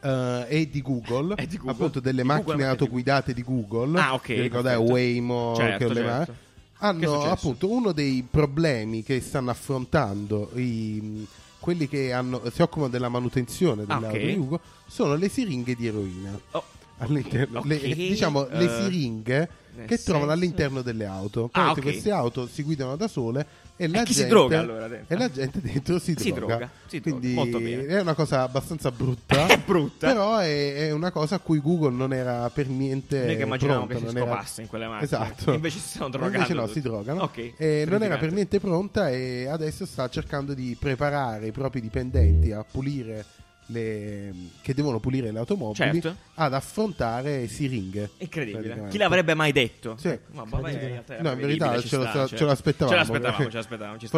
[SPEAKER 2] eh, e di Google,
[SPEAKER 1] E di Google.
[SPEAKER 2] appunto delle
[SPEAKER 1] Di
[SPEAKER 2] macchine
[SPEAKER 1] Google, ma-
[SPEAKER 2] autoguidate di Google,
[SPEAKER 1] Ah, ok,
[SPEAKER 2] vi ricordate
[SPEAKER 1] perfetto.
[SPEAKER 2] Waymo,
[SPEAKER 1] Certo,
[SPEAKER 2] che le ma-
[SPEAKER 1] certo. Che è
[SPEAKER 2] hanno
[SPEAKER 1] successo?
[SPEAKER 2] appunto uno dei problemi che stanno affrontando i, quelli che hanno- si occupano della manutenzione
[SPEAKER 1] Ah,
[SPEAKER 2] dell'auto
[SPEAKER 1] ok.
[SPEAKER 2] di Google sono le siringhe di eroina.
[SPEAKER 1] Oh,
[SPEAKER 2] all'interno, le-
[SPEAKER 1] Ok,
[SPEAKER 2] diciamo
[SPEAKER 1] eh,
[SPEAKER 2] le siringhe
[SPEAKER 1] nel
[SPEAKER 2] che trovano
[SPEAKER 1] senso-
[SPEAKER 2] all'interno delle auto.
[SPEAKER 1] Ah,
[SPEAKER 2] Praticamente
[SPEAKER 1] ok.
[SPEAKER 2] Queste auto si guidano da sole e la,
[SPEAKER 1] chi si
[SPEAKER 2] gente,
[SPEAKER 1] droga allora dentro?
[SPEAKER 2] e la gente dentro si,
[SPEAKER 1] Si
[SPEAKER 2] droga.
[SPEAKER 1] droga, si droga,
[SPEAKER 2] Quindi
[SPEAKER 1] molto bene.
[SPEAKER 2] è una cosa abbastanza brutta.
[SPEAKER 1] È brutta.
[SPEAKER 2] Però è, è una cosa a cui Google non era per niente.
[SPEAKER 1] Noi che immaginavamo
[SPEAKER 2] pronta,
[SPEAKER 1] che si
[SPEAKER 2] non era-
[SPEAKER 1] scopasse in quelle macchine.
[SPEAKER 2] Esatto.
[SPEAKER 1] Invece si stanno
[SPEAKER 2] Invece
[SPEAKER 1] drogando
[SPEAKER 2] no,
[SPEAKER 1] tutti.
[SPEAKER 2] si drogano.
[SPEAKER 1] Ok,
[SPEAKER 2] E non era per
[SPEAKER 1] terrificante.
[SPEAKER 2] niente pronta e adesso sta cercando di preparare i propri dipendenti a pulire le che devono pulire le automobili
[SPEAKER 1] Certo.
[SPEAKER 2] ad affrontare siringhe.
[SPEAKER 1] Incredibile.
[SPEAKER 2] praticamente.
[SPEAKER 1] Chi l'avrebbe mai detto?
[SPEAKER 2] Sì.
[SPEAKER 1] No, vabbè,
[SPEAKER 3] Incredibile.
[SPEAKER 1] realtà era
[SPEAKER 2] No, in
[SPEAKER 1] prevedibile,
[SPEAKER 2] verità
[SPEAKER 1] ci
[SPEAKER 2] ce, lo,
[SPEAKER 1] sta, cioè.
[SPEAKER 2] ce lo aspettavamo.
[SPEAKER 1] Ce l'aspettavamo,
[SPEAKER 2] perché
[SPEAKER 1] ce l'aspettavamo, ci sta.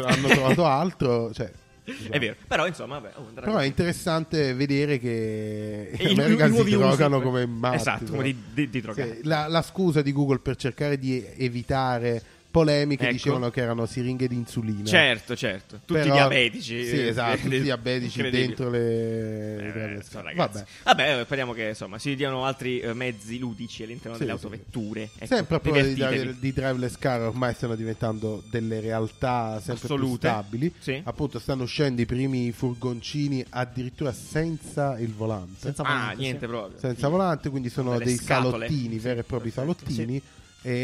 [SPEAKER 2] non hanno trovato altro. cioè, diciamo.
[SPEAKER 1] È vero. Però insomma, vabbè, oh, andrà
[SPEAKER 2] Però è
[SPEAKER 1] così.
[SPEAKER 2] interessante vedere che
[SPEAKER 1] E
[SPEAKER 2] gli
[SPEAKER 1] i- i
[SPEAKER 2] americani si
[SPEAKER 1] nuovi usi.
[SPEAKER 2] drogano come matti.
[SPEAKER 1] Esatto, come di- di- di drogati.
[SPEAKER 2] Sì, la, la scusa di Google per cercare di evitare polemiche
[SPEAKER 1] Ecco.
[SPEAKER 2] dicevano che erano siringhe di insulina.
[SPEAKER 1] Certo, certo. Tutti
[SPEAKER 2] Però-
[SPEAKER 1] diabetici.
[SPEAKER 2] Sì,
[SPEAKER 1] eh,
[SPEAKER 2] esatto, tutti
[SPEAKER 1] eh,
[SPEAKER 2] diabetici
[SPEAKER 1] incredibile.
[SPEAKER 2] dentro le...
[SPEAKER 1] Eh,
[SPEAKER 2] le-
[SPEAKER 1] insomma, ragazzi.
[SPEAKER 2] Vabbè.
[SPEAKER 1] Vabbè. eh, speriamo che insomma si diano altri eh, mezzi ludici all'interno
[SPEAKER 2] Sì,
[SPEAKER 1] delle
[SPEAKER 2] sì.
[SPEAKER 1] autovetture. Ecco,
[SPEAKER 2] sempre a proposito
[SPEAKER 1] divertitevi.
[SPEAKER 2] di, di driveless car ormai stanno diventando delle realtà sempre più
[SPEAKER 1] Assolute.
[SPEAKER 2] stabili
[SPEAKER 1] Sì.
[SPEAKER 2] appunto stanno uscendo i primi furgoncini addirittura senza il volante
[SPEAKER 3] Senza
[SPEAKER 1] Ah,
[SPEAKER 3] volante, sì.
[SPEAKER 1] niente proprio.
[SPEAKER 2] senza volante, quindi sono
[SPEAKER 1] Delle
[SPEAKER 2] dei
[SPEAKER 1] scatole.
[SPEAKER 2] salottini, veri e propri
[SPEAKER 1] Perfetto.
[SPEAKER 2] salottini.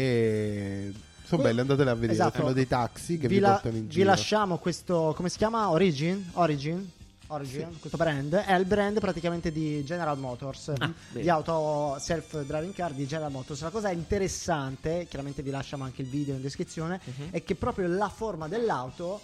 [SPEAKER 2] E sono
[SPEAKER 3] Poi-
[SPEAKER 2] belle, andatele a vedere.
[SPEAKER 3] Esatto.
[SPEAKER 2] Sono dei taxi che vi,
[SPEAKER 3] la-
[SPEAKER 2] portano in
[SPEAKER 3] vi
[SPEAKER 2] giro.
[SPEAKER 3] lasciamo questo, come si chiama? Origin? Origin? Origin, questo brand è il brand praticamente di General Motors
[SPEAKER 1] Ah,
[SPEAKER 3] di
[SPEAKER 1] bene.
[SPEAKER 3] auto self driving car di General Motors. La cosa interessante, chiaramente vi lasciamo anche il video in descrizione,
[SPEAKER 1] Mhm.
[SPEAKER 3] è che proprio la forma dell'auto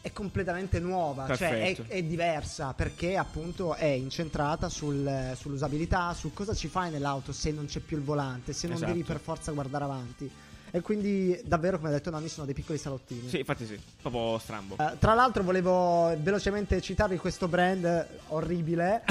[SPEAKER 3] è completamente nuova,
[SPEAKER 1] Perfetto.
[SPEAKER 3] cioè è, è diversa perché appunto è incentrata sul- sull'usabilità, su cosa ci fai nell'auto se non c'è più il volante, se non
[SPEAKER 1] Esatto.
[SPEAKER 3] devi per forza guardare avanti. E quindi davvero, come ha detto Nanni, sono dei piccoli salottini.
[SPEAKER 1] Sì, infatti sì. Proprio strambo.
[SPEAKER 3] Eh, tra l'altro volevo velocemente citarvi questo brand eh, orribile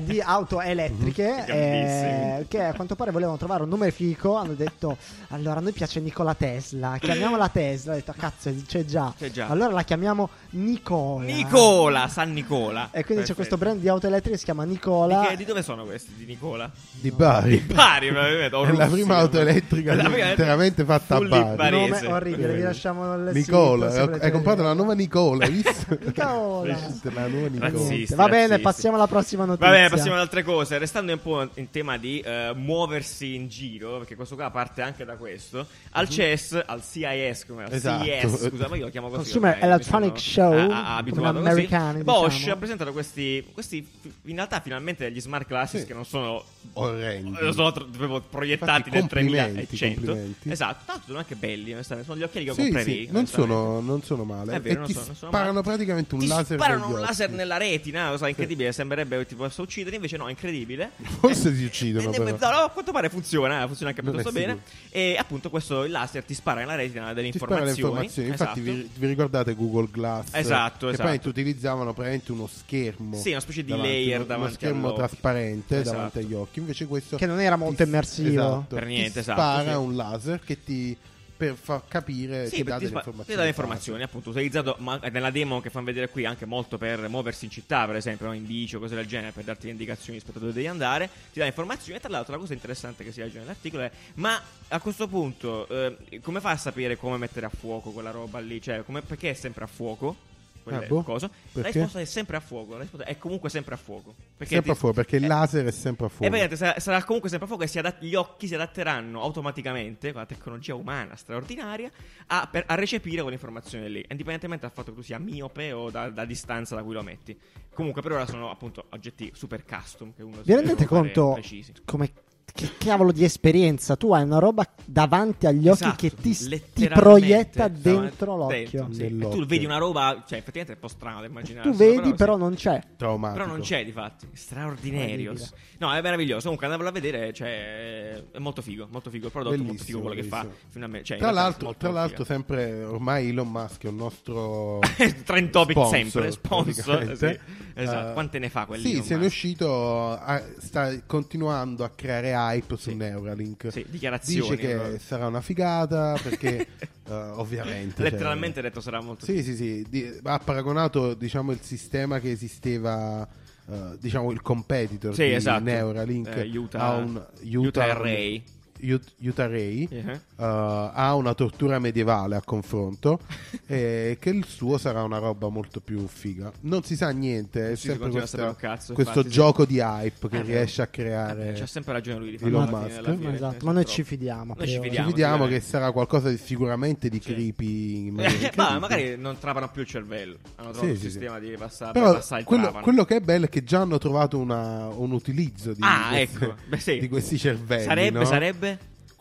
[SPEAKER 3] di auto elettriche
[SPEAKER 1] Mhm. Grandissimi.
[SPEAKER 3] eh, che a quanto pare volevano trovare un nome fico hanno detto allora a noi piace Nicola Tesla chiamiamola Tesla ho detto cazzo c'è già,
[SPEAKER 1] C'è già.
[SPEAKER 3] allora la chiamiamo Nicola
[SPEAKER 1] Nicola, San Nicola.
[SPEAKER 3] e quindi
[SPEAKER 1] Perfetto.
[SPEAKER 3] c'è questo brand di auto elettriche che si chiama Nicola
[SPEAKER 1] Di, che- di dove sono questi? Di Nicola?
[SPEAKER 2] di Bari.
[SPEAKER 1] Bari, probabilmente. o
[SPEAKER 2] È la
[SPEAKER 1] russi,
[SPEAKER 2] prima auto
[SPEAKER 1] probabilmente.
[SPEAKER 2] elettrica
[SPEAKER 1] È la prima-
[SPEAKER 2] interamente fatta a
[SPEAKER 1] fully
[SPEAKER 2] Bari.
[SPEAKER 1] barese.
[SPEAKER 3] nome orribile vi lasciamo il
[SPEAKER 2] Nicola,
[SPEAKER 3] sito, se
[SPEAKER 2] eh, ho-
[SPEAKER 3] volete
[SPEAKER 2] hai comprato la
[SPEAKER 3] vedere.
[SPEAKER 2] nuova Nicola. hai visto?
[SPEAKER 3] Nicola.
[SPEAKER 2] la
[SPEAKER 1] Eh,
[SPEAKER 2] nuova Nicola.
[SPEAKER 1] Razzisti.
[SPEAKER 3] va bene
[SPEAKER 1] razzisti.
[SPEAKER 3] passiamo alla prossima notizia
[SPEAKER 1] Va bene, passiamo ad altre cose. Restando un po' in tema di eh, muoversi in giro, perché questo qua parte anche da questo. Al CES, al CIS, come era?
[SPEAKER 2] Mhm. Esatto.
[SPEAKER 1] CES, scusa, ma io lo chiamo così.
[SPEAKER 3] Consumer
[SPEAKER 1] ormai, mi
[SPEAKER 3] Electronic
[SPEAKER 1] sono,
[SPEAKER 3] Show,
[SPEAKER 1] ah, ah, abituato
[SPEAKER 3] come
[SPEAKER 1] così.
[SPEAKER 3] americani,
[SPEAKER 1] Bosch
[SPEAKER 3] diciamo.
[SPEAKER 1] ha presentato questi, questi, fi- in realtà finalmente degli smart glasses
[SPEAKER 2] Sì.
[SPEAKER 1] che non sono
[SPEAKER 2] Orrendi.
[SPEAKER 1] lo sono tro- proprio proiettati
[SPEAKER 2] Infatti,
[SPEAKER 1] nel
[SPEAKER 2] complimenti,
[SPEAKER 1] 3100
[SPEAKER 2] complimenti.
[SPEAKER 1] esatto tanto sono anche belli onestamente. sono gli occhiali che ho
[SPEAKER 2] Sì,
[SPEAKER 1] comprerei
[SPEAKER 2] sì, non,
[SPEAKER 1] onestamente.
[SPEAKER 2] sono, non sono male.
[SPEAKER 1] È vero,
[SPEAKER 2] e
[SPEAKER 1] non
[SPEAKER 2] ti
[SPEAKER 1] sono- non sono
[SPEAKER 2] sparano
[SPEAKER 1] male.
[SPEAKER 2] praticamente un
[SPEAKER 1] Ti
[SPEAKER 2] laser.
[SPEAKER 1] sparano
[SPEAKER 2] negli
[SPEAKER 1] un
[SPEAKER 2] occhi.
[SPEAKER 1] laser nella retina, cosa incredibile, sembrerebbe che ti possa uccidere, invece no, è incredibile.
[SPEAKER 2] Forse si
[SPEAKER 1] E
[SPEAKER 2] uccidono.
[SPEAKER 1] ne-
[SPEAKER 2] però.
[SPEAKER 1] no, no, a quanto pare funziona, eh, funziona anche
[SPEAKER 2] Non è
[SPEAKER 1] piuttosto bene. E appunto questo il laser ti spara nella retina delle
[SPEAKER 2] Ci spara le
[SPEAKER 1] informazioni.
[SPEAKER 2] informazioni, infatti
[SPEAKER 1] Esatto.
[SPEAKER 2] vi, vi ricordate Google Glass?
[SPEAKER 1] Esatto,
[SPEAKER 2] che
[SPEAKER 1] esatto.
[SPEAKER 2] praticamente utilizzavano praticamente uno schermo.
[SPEAKER 1] Sì, una specie di
[SPEAKER 2] davanti,
[SPEAKER 1] layer
[SPEAKER 2] uno,
[SPEAKER 1] davanti
[SPEAKER 2] Uno schermo
[SPEAKER 1] all'occhio.
[SPEAKER 2] trasparente
[SPEAKER 1] Esatto.
[SPEAKER 2] davanti agli occhi, invece questo...
[SPEAKER 3] Che non era
[SPEAKER 2] ti-
[SPEAKER 3] molto immersivo.
[SPEAKER 2] esatto,
[SPEAKER 1] Per niente,
[SPEAKER 2] ti
[SPEAKER 1] esatto,
[SPEAKER 2] spara
[SPEAKER 1] sì.
[SPEAKER 2] un laser che ti... per far capire
[SPEAKER 1] Sì,
[SPEAKER 2] ti
[SPEAKER 1] perché
[SPEAKER 2] dà
[SPEAKER 1] ti
[SPEAKER 2] delle
[SPEAKER 1] spa-
[SPEAKER 2] informazioni.
[SPEAKER 1] ti dà le informazioni, appunto, utilizzato ma- nella demo che fanno vedere qui anche molto per muoversi in città, per esempio, no? in bici o cose del genere, per darti le indicazioni rispetto a dove devi andare, ti dà informazioni. E tra l'altro la cosa interessante che si legge nell'articolo è, ma a questo punto eh, come fa a sapere come mettere a fuoco quella roba lì? Cioè, come- perché è sempre a fuoco? Quella
[SPEAKER 2] Ah, boh.
[SPEAKER 1] cosa? La
[SPEAKER 2] Perché?
[SPEAKER 1] risposta è sempre a fuoco, la risposta è comunque sempre a fuoco. Perché
[SPEAKER 2] Sempre
[SPEAKER 1] ti-
[SPEAKER 2] a fuoco, perché il
[SPEAKER 1] eh,
[SPEAKER 2] laser è sempre a
[SPEAKER 1] e
[SPEAKER 2] fuoco.
[SPEAKER 1] vedete, sarà, sarà comunque sempre a fuoco e si adat- gli occhi si adatteranno automaticamente con la tecnologia umana straordinaria a, per- a recepire quell'informazione lì, indipendentemente dal fatto che tu sia miope o da, da distanza da cui lo metti. Comunque per ora sono appunto oggetti super custom che uno si
[SPEAKER 3] Vi
[SPEAKER 1] deve
[SPEAKER 3] rendete
[SPEAKER 1] fare
[SPEAKER 3] conto
[SPEAKER 1] precisi.
[SPEAKER 3] come che cavolo di esperienza? Tu hai una roba davanti agli occhi
[SPEAKER 1] Esatto,
[SPEAKER 3] che ti, ti
[SPEAKER 1] letteralmente
[SPEAKER 3] proietta
[SPEAKER 1] davanti-
[SPEAKER 3] dentro l'occhio.
[SPEAKER 1] dentro, sì. E
[SPEAKER 2] Nell'occhio.
[SPEAKER 1] Tu vedi una roba, cioè effettivamente è un po' strano da immaginare.
[SPEAKER 3] Tu vedi, però,
[SPEAKER 1] sì.
[SPEAKER 3] non c'è.
[SPEAKER 2] Traumatico.
[SPEAKER 1] Però non c'è, di fatti. Straordinario.
[SPEAKER 3] Incredibile.
[SPEAKER 1] No, è meraviglioso. Comunque, andavolo a vedere. Cioè, è molto figo. Molto figo il prodotto. molto
[SPEAKER 2] Bellissimo,
[SPEAKER 1] figo quello che fa.
[SPEAKER 2] bellissimo.
[SPEAKER 1] Finalmente, cioè, in
[SPEAKER 2] Tra
[SPEAKER 1] realtà
[SPEAKER 2] l'altro,
[SPEAKER 1] molto
[SPEAKER 2] tra l'altro
[SPEAKER 1] figo.
[SPEAKER 2] sempre ormai Elon Musk è un nostro
[SPEAKER 1] Trend topic
[SPEAKER 2] sponsor,
[SPEAKER 1] sempre, sponsor,
[SPEAKER 2] praticamente.
[SPEAKER 1] sì. Esatto,
[SPEAKER 2] Eh,
[SPEAKER 1] quante ne fa quelli
[SPEAKER 2] Sì,
[SPEAKER 1] Elon
[SPEAKER 2] se ne è
[SPEAKER 1] Musk?
[SPEAKER 2] uscito a- sta continuando a creare hype su Neuralink.
[SPEAKER 1] Sì, dichiarazioni,
[SPEAKER 2] Dice che
[SPEAKER 1] allora.
[SPEAKER 2] sarà una figata perché eh, ovviamente cioè,
[SPEAKER 1] Letteralmente detto sarà molto figo.
[SPEAKER 2] sì, sì, sì, di- ha paragonato diciamo il sistema che esisteva eh, diciamo il competitor
[SPEAKER 1] Sì,
[SPEAKER 2] di
[SPEAKER 1] esatto.
[SPEAKER 2] Neuralink
[SPEAKER 1] Eh, Utah-
[SPEAKER 2] a un
[SPEAKER 1] Utah Array.
[SPEAKER 2] Ut- Utah Ray
[SPEAKER 1] Eh.
[SPEAKER 2] eh, ha una tortura medievale a confronto e che il suo sarà una roba molto più figa. Non si sa niente, è
[SPEAKER 1] Sì, si
[SPEAKER 2] sempre
[SPEAKER 1] continua a
[SPEAKER 2] questa-
[SPEAKER 1] sapere un cazzo,
[SPEAKER 2] questo
[SPEAKER 1] infatti, sì.
[SPEAKER 2] gioco di hype che
[SPEAKER 1] Eh,
[SPEAKER 2] riesce a
[SPEAKER 1] Eh,
[SPEAKER 2] creare.
[SPEAKER 1] C'ha sempre ragione lui di farlo
[SPEAKER 2] Elon
[SPEAKER 1] alla fine, eh,
[SPEAKER 2] Musk.
[SPEAKER 1] alla fine,
[SPEAKER 3] Esatto,
[SPEAKER 1] nel
[SPEAKER 3] ma noi
[SPEAKER 1] senso,
[SPEAKER 3] ci fidiamo,
[SPEAKER 1] Noi ci
[SPEAKER 2] Ci
[SPEAKER 3] però.
[SPEAKER 1] fidiamo.
[SPEAKER 2] vediamo che
[SPEAKER 1] sicuramente.
[SPEAKER 2] sarà qualcosa di sicuramente di
[SPEAKER 1] Sì.
[SPEAKER 2] creepy. in
[SPEAKER 1] Eh,
[SPEAKER 2] maniera
[SPEAKER 1] ma
[SPEAKER 2] incredibile.
[SPEAKER 1] magari non trapano più il cervello. Hanno trovato
[SPEAKER 2] Sì,
[SPEAKER 1] un
[SPEAKER 2] sì, sì.
[SPEAKER 1] sistema di passare
[SPEAKER 2] Però
[SPEAKER 1] il
[SPEAKER 2] quello,
[SPEAKER 1] trapano.
[SPEAKER 2] quello che è bello è che già hanno trovato una- un utilizzo di,
[SPEAKER 1] Ah,
[SPEAKER 2] questi,
[SPEAKER 1] ecco. Beh, sì.
[SPEAKER 2] di questi cervelli.
[SPEAKER 1] sarebbe,
[SPEAKER 2] no?
[SPEAKER 1] sarebbe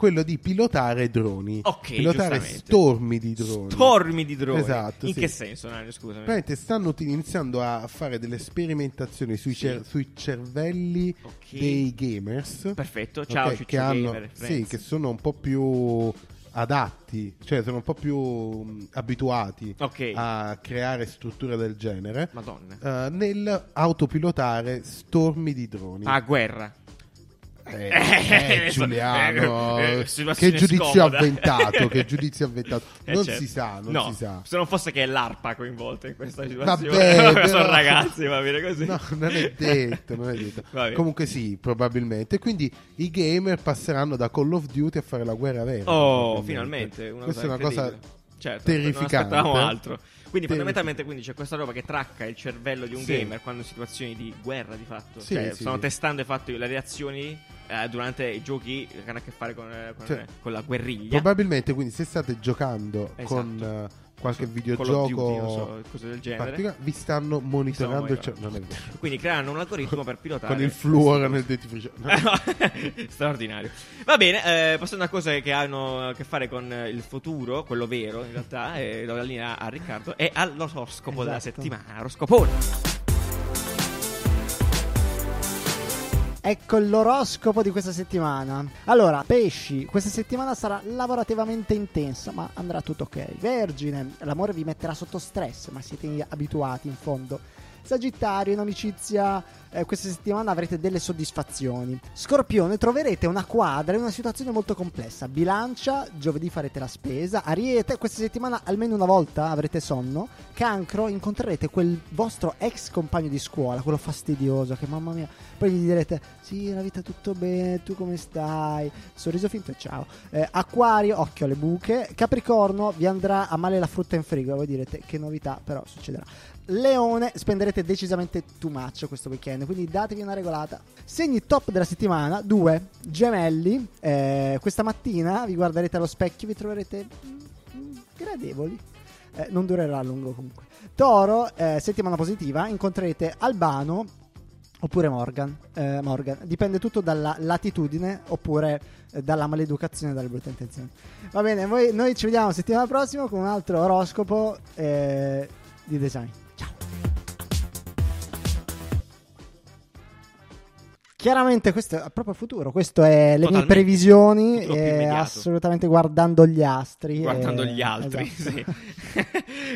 [SPEAKER 2] Quello di pilotare droni.
[SPEAKER 1] Ok,
[SPEAKER 2] pilotare
[SPEAKER 1] giustamente.
[SPEAKER 2] stormi di droni.
[SPEAKER 1] stormi di droni.
[SPEAKER 2] Esatto,
[SPEAKER 1] In
[SPEAKER 2] sì.
[SPEAKER 1] che senso, Nario? Scusami.
[SPEAKER 2] Praticamente stanno uti- iniziando a fare delle sperimentazioni sui, cer- sui cervelli
[SPEAKER 1] Ok.
[SPEAKER 2] dei gamers.
[SPEAKER 1] Perfetto. Ciao,
[SPEAKER 2] Ok,
[SPEAKER 1] Ciccio
[SPEAKER 2] che hanno-
[SPEAKER 1] Gamer,
[SPEAKER 2] sì,
[SPEAKER 1] friends.
[SPEAKER 2] che sono un po' più adatti, cioè sono un po' più mh, abituati
[SPEAKER 1] Ok.
[SPEAKER 2] a creare strutture del genere.
[SPEAKER 1] Madonna.
[SPEAKER 2] eh, nel autopilotare stormi di droni.
[SPEAKER 1] A Ah, guerra.
[SPEAKER 2] Eh,
[SPEAKER 1] Eh,
[SPEAKER 2] eh, Giuliano,
[SPEAKER 1] eh, eh,
[SPEAKER 2] che
[SPEAKER 1] situazione
[SPEAKER 2] giudizio
[SPEAKER 1] scomoda.
[SPEAKER 2] avventato, che giudizio avventato.
[SPEAKER 1] Eh,
[SPEAKER 2] Non
[SPEAKER 1] certo.
[SPEAKER 2] si sa, non
[SPEAKER 1] No,
[SPEAKER 2] si sa.
[SPEAKER 1] Se non fosse che è l'ARPA coinvolta in questa situazione.
[SPEAKER 2] Vabbè,
[SPEAKER 1] Sono
[SPEAKER 2] però-
[SPEAKER 1] ragazzi, va bene così.
[SPEAKER 2] No, non è detto, non è detto.
[SPEAKER 1] Va bene.
[SPEAKER 2] Comunque sì, probabilmente. Quindi i gamer passeranno da Call of Duty a fare la guerra vera.
[SPEAKER 1] Oh,
[SPEAKER 2] probabilmente.
[SPEAKER 1] finalmente. Una
[SPEAKER 2] Questa è
[SPEAKER 1] cosa
[SPEAKER 2] una cosa
[SPEAKER 1] incredibile. certo,
[SPEAKER 2] terrificante. eh.
[SPEAKER 1] Non aspettavamo altro. Quindi,
[SPEAKER 2] Terrific-
[SPEAKER 1] fondamentalmente, quindi c'è questa roba che tracca il cervello di un
[SPEAKER 2] Sì.
[SPEAKER 1] gamer quando in situazioni di guerra, di fatto.
[SPEAKER 2] Sì,
[SPEAKER 1] Cioè,
[SPEAKER 2] sì,
[SPEAKER 1] stanno
[SPEAKER 2] sì.
[SPEAKER 1] testando e fatto le reazioni eh, durante i giochi che hanno a che fare con, eh, con,
[SPEAKER 2] Cioè,
[SPEAKER 1] con la guerriglia.
[SPEAKER 2] Probabilmente, quindi, se state giocando
[SPEAKER 1] Esatto.
[SPEAKER 2] con eh, qualche
[SPEAKER 1] Su-
[SPEAKER 2] videogioco
[SPEAKER 1] Call of Duty, non so, cose del genere.
[SPEAKER 2] particolare, vi stanno monitorando
[SPEAKER 1] Insomma,
[SPEAKER 2] il cer- non è vero.
[SPEAKER 1] Quindi creano un algoritmo per pilotare.
[SPEAKER 2] con il fluoro nel dentifricio.
[SPEAKER 1] Ah,
[SPEAKER 2] No.
[SPEAKER 1] Eh, Straordinario. Va bene, eh, passando a cose che hanno a che fare con eh, il futuro, quello vero in realtà, e do la linea a Riccardo e all'oroscopo della
[SPEAKER 3] Esatto.
[SPEAKER 1] settimana. Oroscopone.
[SPEAKER 3] Ecco l'oroscopo di questa settimana. Allora, pesci, questa settimana sarà lavorativamente intensa, ma andrà tutto ok. Vergine, l'amore vi metterà sotto stress, ma siete abituati in fondo. Sagittario, in amicizia, eh, questa settimana avrete delle soddisfazioni. Scorpione, troverete una quadra in una situazione molto complessa. Bilancia, giovedì farete la spesa. Ariete, questa settimana almeno una volta avrete sonno. Cancro, incontrerete quel vostro ex compagno di scuola, quello fastidioso che mamma mia. Poi gli direte: Sì, la vita tutto bene, tu come stai? Sorriso finto e ciao. Eh, acquario, occhio alle buche. Capricorno, vi andrà a male la frutta in frigo. Voi direte: Che novità, però succederà. Leone, spenderete decisamente too much questo weekend, quindi datevi una regolata. Segni top della settimana: 2. Gemelli, eh, questa mattina vi guarderete allo specchio e vi troverete mm, mm, gradevoli. Eh, non durerà a lungo comunque. Toro, eh, settimana positiva, incontrerete Albano oppure Morgan. Eh, Morgan. Dipende tutto dalla latitudine oppure eh, dalla maleducazione e dalle brutte intenzioni. Va bene, voi- noi ci vediamo settimana prossima con un altro oroscopo eh, di design. Ciao. Chiaramente questo è proprio il futuro, questo è le mie
[SPEAKER 1] Totalmente.
[SPEAKER 3] previsioni,
[SPEAKER 1] Futuro più
[SPEAKER 3] eh,
[SPEAKER 1] immediato.
[SPEAKER 3] assolutamente guardando gli astri.
[SPEAKER 1] guardando
[SPEAKER 3] eh,
[SPEAKER 1] gli altri.
[SPEAKER 3] esatto.
[SPEAKER 1] sì.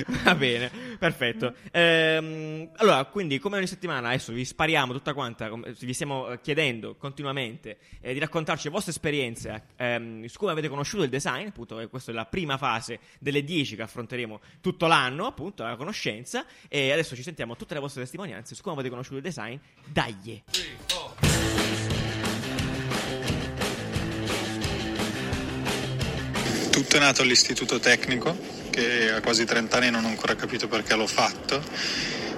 [SPEAKER 1] Va bene, perfetto. Ehm, allora, quindi, come ogni settimana, adesso vi spariamo tutta quanta. com- Vi stiamo eh, chiedendo continuamente eh, di raccontarci le vostre esperienze ehm, su come avete conosciuto il design. Appunto, eh, questa è la prima fase delle 10 che affronteremo tutto l'anno, appunto, la conoscenza. E adesso ci sentiamo tutte le vostre testimonianze su come avete conosciuto il design. Dai!
[SPEAKER 7] Tutto è nato all'istituto tecnico, che a quasi 30 anni non ho ancora capito perché l'ho fatto.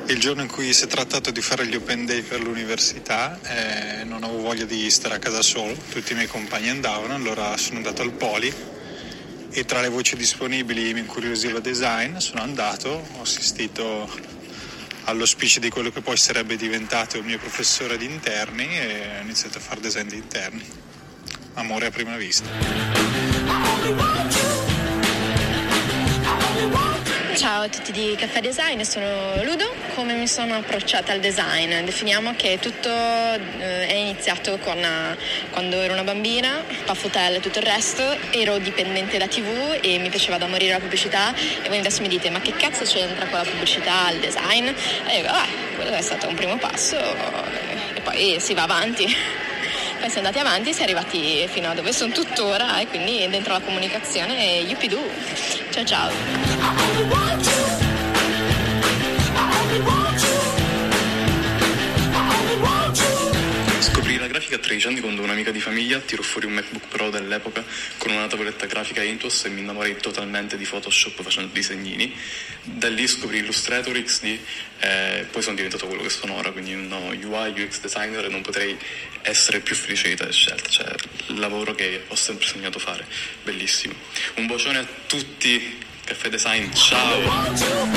[SPEAKER 7] Il giorno in cui si è trattato di fare gli open day per l'università eh, non avevo voglia di stare a casa solo, tutti i miei compagni andavano, allora sono andato al Poli e tra le voci disponibili mi incuriosiva design, sono andato, ho assistito all'ospice di quello che poi sarebbe diventato il mio professore di interni e ho iniziato a fare design di interni. Amore a prima vista.
[SPEAKER 8] Ciao a tutti di Caffè Design, sono Ludo. Come mi sono approcciata al design? Definiamo che tutto eh, è iniziato con eh, quando ero una bambina, Puff Hotel e tutto il resto, ero dipendente da TV e mi piaceva da morire la pubblicità e voi adesso mi dite ma che cazzo c'entra con la pubblicità, il design? E io dico, "Ah, quello è stato un primo passo eh, e poi si va avanti. Poi si è andati avanti, si è arrivati fino a dove sono tuttora e quindi dentro la comunicazione yuppidoo. Ciao ciao.
[SPEAKER 7] Scoprire la
[SPEAKER 5] grafica a 13 anni quando un'amica di famiglia tirò fuori un MacBook Pro dell'epoca con una tavoletta grafica Intuos e mi innamorai totalmente di Photoshop facendo disegnini. Da lì scoprì Illustrator XD e poi sono diventato quello che sono ora, quindi uno UI, UX designer e non potrei essere più felice di tale scelta, cioè il lavoro che ho sempre sognato fare, bellissimo. Un bacione a tutti, caffè design, ciao!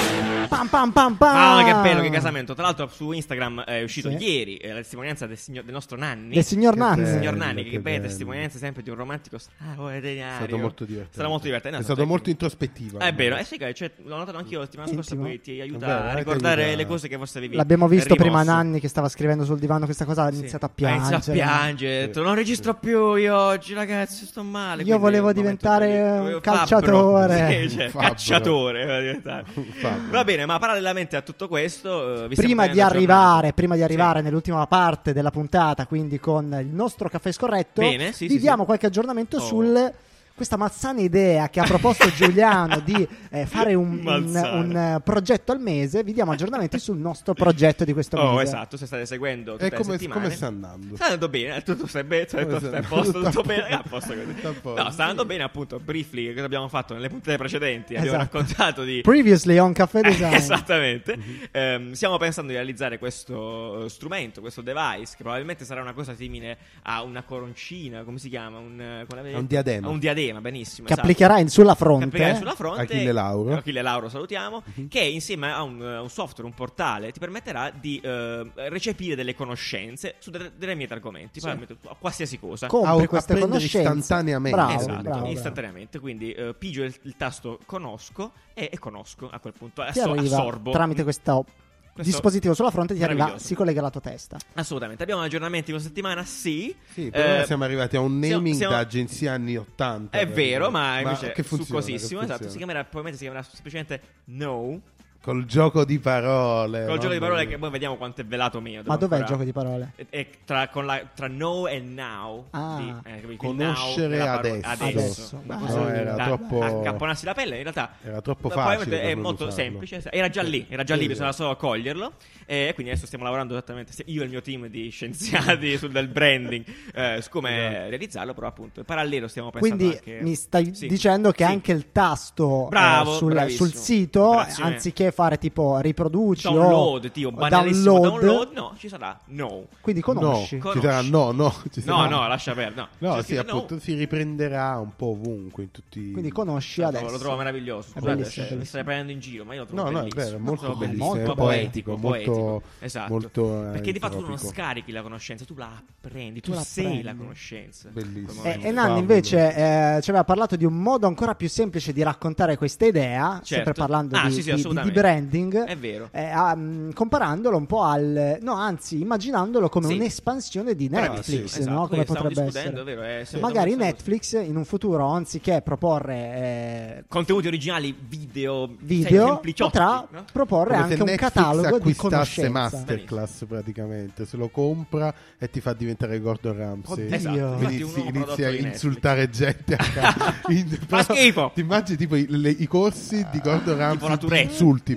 [SPEAKER 3] Pam pam pam pam.
[SPEAKER 1] Mamma che bello, che casamento. Tra l'altro su Instagram è uscito
[SPEAKER 3] Ah. Sì.
[SPEAKER 1] ieri eh, la testimonianza del, signor- del nostro Nanni.
[SPEAKER 3] Del signor
[SPEAKER 2] Che
[SPEAKER 3] Nanni.
[SPEAKER 2] bello.
[SPEAKER 1] Signor Nanni, che,
[SPEAKER 2] che
[SPEAKER 1] bella
[SPEAKER 2] bello.
[SPEAKER 1] testimonianza sempre di un romantico strano eh,
[SPEAKER 2] È stato molto divertente.
[SPEAKER 1] oh. È stato molto divertente.
[SPEAKER 2] È stato molto introspettivo.
[SPEAKER 1] È vero, eh sì, che- cioè, l'ho notato anch'io la settimana scorsa,
[SPEAKER 3] Intimo.
[SPEAKER 1] poi ti
[SPEAKER 2] È vero,
[SPEAKER 1] aiuta a
[SPEAKER 2] eh, ti
[SPEAKER 1] ricordare
[SPEAKER 2] aiuta.
[SPEAKER 1] le cose che forse avevi
[SPEAKER 3] L'abbiamo visto prima
[SPEAKER 1] rimosso.
[SPEAKER 3] Nanni che stava scrivendo sul divano questa cosa, ha iniziato a piangere.
[SPEAKER 1] Ha iniziato a piangere, ha detto, non registro più io oggi, ragazzi, sto male.
[SPEAKER 3] Io
[SPEAKER 1] Quindi,
[SPEAKER 3] volevo
[SPEAKER 1] al momento
[SPEAKER 3] diventare
[SPEAKER 1] dovevo-
[SPEAKER 3] un
[SPEAKER 1] dovevo-
[SPEAKER 3] calciatore.
[SPEAKER 1] fabbro. Sì, cioè,
[SPEAKER 2] Fabbro.
[SPEAKER 1] cacciatore voleva diventare.
[SPEAKER 2] Fabbro.
[SPEAKER 1] Va bene, ma parallelamente a tutto questo, eh, vi stiamo
[SPEAKER 3] Prima di,
[SPEAKER 1] tenendo
[SPEAKER 3] arrivare,
[SPEAKER 1] aggiornati.
[SPEAKER 3] prima di
[SPEAKER 1] Sì.
[SPEAKER 3] arrivare nell'ultima parte della puntata, quindi con il nostro caffè scorretto,
[SPEAKER 1] Bene, sì,
[SPEAKER 3] vi
[SPEAKER 1] sì,
[SPEAKER 3] diamo
[SPEAKER 1] sì.
[SPEAKER 3] qualche aggiornamento
[SPEAKER 1] Oh.
[SPEAKER 3] sul questa malsana idea che ha proposto Giuliano di eh, fare un, un,
[SPEAKER 1] Malsana.
[SPEAKER 3] un, eh, progetto al mese. Vi diamo aggiornamenti sul nostro progetto di questo
[SPEAKER 1] Oh,
[SPEAKER 3] mese.
[SPEAKER 1] esatto, se state seguendo tutte
[SPEAKER 2] E
[SPEAKER 1] le
[SPEAKER 2] come,
[SPEAKER 1] settimane.
[SPEAKER 2] come sta andando?
[SPEAKER 1] Sta andando bene, eh, tutto stai bene, stai,
[SPEAKER 2] Come
[SPEAKER 1] stai
[SPEAKER 2] sta-
[SPEAKER 1] a posto,
[SPEAKER 2] tutto a
[SPEAKER 1] tutto bene,
[SPEAKER 2] posto.
[SPEAKER 1] è a posto così.
[SPEAKER 2] Tutto a posto,
[SPEAKER 1] No, sta andando bene appunto, briefly, che cosa abbiamo fatto nelle puntate precedenti, abbiamo
[SPEAKER 3] Esatto.
[SPEAKER 1] raccontato di...
[SPEAKER 3] Previously on
[SPEAKER 1] Eh,
[SPEAKER 3] Caffè Design.
[SPEAKER 1] esatto, Esattamente. Ehm, stiamo pensando di realizzare questo eh, strumento, questo device, che probabilmente sarà una cosa simile a una coroncina, come si chiama? Un, eh, come l'avete
[SPEAKER 2] A
[SPEAKER 1] detto?
[SPEAKER 2] un diadema.
[SPEAKER 1] A un diadema, benissimo.
[SPEAKER 3] Che
[SPEAKER 1] esatto.
[SPEAKER 3] applicherà in- sulla
[SPEAKER 1] Che
[SPEAKER 3] fronte.
[SPEAKER 1] applicherai sulla fronte
[SPEAKER 2] Achille Lauro.
[SPEAKER 1] Achille Lauro salutiamo Che insieme a un, eh, un software, un portale Ti permetterà di eh, recepire delle conoscenze Su de- determinati argomenti probabilmente a Qualsiasi cosa
[SPEAKER 3] compri
[SPEAKER 2] A-
[SPEAKER 3] queste
[SPEAKER 2] apprendere
[SPEAKER 3] conoscenze
[SPEAKER 2] istantaneamente.
[SPEAKER 3] Bravo,
[SPEAKER 1] Esatto,
[SPEAKER 3] bravo, bravo.
[SPEAKER 1] istantaneamente, quindi eh, pigio il, il tasto conosco e, e conosco a quel punto,
[SPEAKER 3] Ti
[SPEAKER 1] asso-
[SPEAKER 3] arriva
[SPEAKER 1] assorbo.
[SPEAKER 3] tramite questo,
[SPEAKER 1] Questo-
[SPEAKER 3] dispositivo sulla fronte, ti arriva,
[SPEAKER 1] meraviglioso.
[SPEAKER 3] si collega alla tua testa.
[SPEAKER 1] Assolutamente, abbiamo aggiornamenti questa settimana? Sì,
[SPEAKER 2] Sì, però
[SPEAKER 1] Eh,
[SPEAKER 2] siamo arrivati a un
[SPEAKER 1] siamo-
[SPEAKER 2] naming
[SPEAKER 1] siamo-
[SPEAKER 2] da agenzia anni 80.
[SPEAKER 1] È vero, ma invece
[SPEAKER 2] che
[SPEAKER 1] è
[SPEAKER 2] funziona,
[SPEAKER 1] succosissimo.
[SPEAKER 2] che
[SPEAKER 1] Esatto,
[SPEAKER 2] funziona.
[SPEAKER 1] si chiamerà, probabilmente si chiamerà semplicemente No.
[SPEAKER 2] Col gioco di parole.
[SPEAKER 1] Col gioco di
[SPEAKER 2] mamma
[SPEAKER 1] parole
[SPEAKER 2] mia.
[SPEAKER 1] che poi vediamo quanto è velato mio.
[SPEAKER 3] Ma dov'è il gioco di parole?
[SPEAKER 1] È- è tra, con la- tra no e now
[SPEAKER 3] Ah.
[SPEAKER 1] di- eh, capito? Quindi now
[SPEAKER 2] Conoscere
[SPEAKER 1] della parola-
[SPEAKER 2] adesso.
[SPEAKER 3] Adesso.
[SPEAKER 1] Una
[SPEAKER 3] No,
[SPEAKER 1] cosa
[SPEAKER 2] era
[SPEAKER 1] da-
[SPEAKER 2] troppo-
[SPEAKER 1] accapponarsi la pelle in realtà
[SPEAKER 2] Era troppo
[SPEAKER 1] ma
[SPEAKER 2] facile
[SPEAKER 1] probabilmente è
[SPEAKER 2] proprio
[SPEAKER 1] molto
[SPEAKER 2] usarlo.
[SPEAKER 1] semplice era già lì era già lì
[SPEAKER 2] Sì.
[SPEAKER 1] bisognava solo coglierlo e quindi adesso stiamo lavorando esattamente io e il mio team di scienziati sul del branding eh, su come
[SPEAKER 2] Esatto.
[SPEAKER 1] realizzarlo però appunto in parallelo stiamo pensando
[SPEAKER 3] Quindi
[SPEAKER 1] anche-
[SPEAKER 3] mi stai
[SPEAKER 1] Sì.
[SPEAKER 3] dicendo che
[SPEAKER 1] Sì.
[SPEAKER 3] anche il tasto eh,
[SPEAKER 1] Bravo,
[SPEAKER 3] sul,
[SPEAKER 1] bravissimo.
[SPEAKER 3] sul sito,
[SPEAKER 1] Operazione.
[SPEAKER 3] anziché fare tipo riproduci o-
[SPEAKER 1] download tipo
[SPEAKER 3] o
[SPEAKER 1] banalissimo download.
[SPEAKER 3] download,
[SPEAKER 1] no ci sarà no
[SPEAKER 3] quindi
[SPEAKER 2] No,
[SPEAKER 3] conosci.
[SPEAKER 2] ci
[SPEAKER 1] Conosci.
[SPEAKER 2] sarà no, no. ci
[SPEAKER 1] no
[SPEAKER 2] sarà-
[SPEAKER 1] no lascia perdere no,
[SPEAKER 2] No,
[SPEAKER 1] C'è
[SPEAKER 2] sì,
[SPEAKER 1] scritto no.
[SPEAKER 2] appunto, si riprenderà un po' ovunque in tutti
[SPEAKER 3] Quindi conosci
[SPEAKER 1] Lo
[SPEAKER 3] adesso.
[SPEAKER 1] trovo- Lo trovo meraviglioso.
[SPEAKER 3] È
[SPEAKER 1] Scusate,
[SPEAKER 3] bellissimo,
[SPEAKER 1] cioè, mi
[SPEAKER 3] bellissimo.
[SPEAKER 1] stai prendendo in giro, ma io lo trovo
[SPEAKER 2] No, no, è
[SPEAKER 1] bellissimo.
[SPEAKER 2] vero, è molto
[SPEAKER 1] Lo trovo
[SPEAKER 2] bellissimo,
[SPEAKER 1] molto
[SPEAKER 2] è poetico, molto-
[SPEAKER 1] esatto.
[SPEAKER 2] molto, eh,
[SPEAKER 1] Perché di fatto tu non
[SPEAKER 2] tropico.
[SPEAKER 1] scarichi la conoscenza, tu la apprendi, tu,
[SPEAKER 3] Tu la Eh,
[SPEAKER 1] sei la
[SPEAKER 3] prendi.
[SPEAKER 1] conoscenza.
[SPEAKER 2] Bellissimo.
[SPEAKER 3] E,
[SPEAKER 1] Come-
[SPEAKER 3] e
[SPEAKER 2] Fabio.
[SPEAKER 3] Nanni invece eh, ci aveva parlato di un modo ancora più semplice di raccontare questa idea, sempre parlando
[SPEAKER 1] Ah, sì,
[SPEAKER 3] di,
[SPEAKER 1] sì,
[SPEAKER 3] di- di- di
[SPEAKER 1] assolutamente.
[SPEAKER 3] branding,
[SPEAKER 1] È vero.
[SPEAKER 3] eh, a- mh, comparandolo un po' al... no, anzi, immaginandolo come
[SPEAKER 1] Sì.
[SPEAKER 3] un'espansione di
[SPEAKER 2] Bravissimo,
[SPEAKER 3] Netflix,
[SPEAKER 1] esatto,
[SPEAKER 3] no? come
[SPEAKER 1] quindi stavamo
[SPEAKER 3] potrebbe essere.
[SPEAKER 1] discutendo, è vero, è- sì,
[SPEAKER 3] Magari
[SPEAKER 1] abbiamo pensato-
[SPEAKER 3] Netflix in un futuro, anziché proporre eh,
[SPEAKER 1] Contenuti originali, video, sai,
[SPEAKER 3] video,
[SPEAKER 1] sempliciotti,
[SPEAKER 3] potrà
[SPEAKER 1] no?
[SPEAKER 3] proporre
[SPEAKER 2] Come se
[SPEAKER 3] anche un
[SPEAKER 2] Netflix
[SPEAKER 3] catalogo di
[SPEAKER 2] acquistasse
[SPEAKER 3] conoscenze.
[SPEAKER 2] Masterclass praticamente, se lo compra e ti fa diventare Gordon Ramsay.
[SPEAKER 3] Oddio. Esatto,
[SPEAKER 1] infatti
[SPEAKER 2] Quindi
[SPEAKER 1] un
[SPEAKER 2] si
[SPEAKER 1] nuovo prodotto
[SPEAKER 2] inizia a
[SPEAKER 1] di Netflix.
[SPEAKER 2] insultare gente a casa. In-
[SPEAKER 1] Fa
[SPEAKER 2] però
[SPEAKER 1] schifo. Ah,
[SPEAKER 2] Ti immagini tipo i, le- i corsi di Gordon
[SPEAKER 1] tipo la
[SPEAKER 2] Ramsay di
[SPEAKER 1] Tourette.
[SPEAKER 2] insulti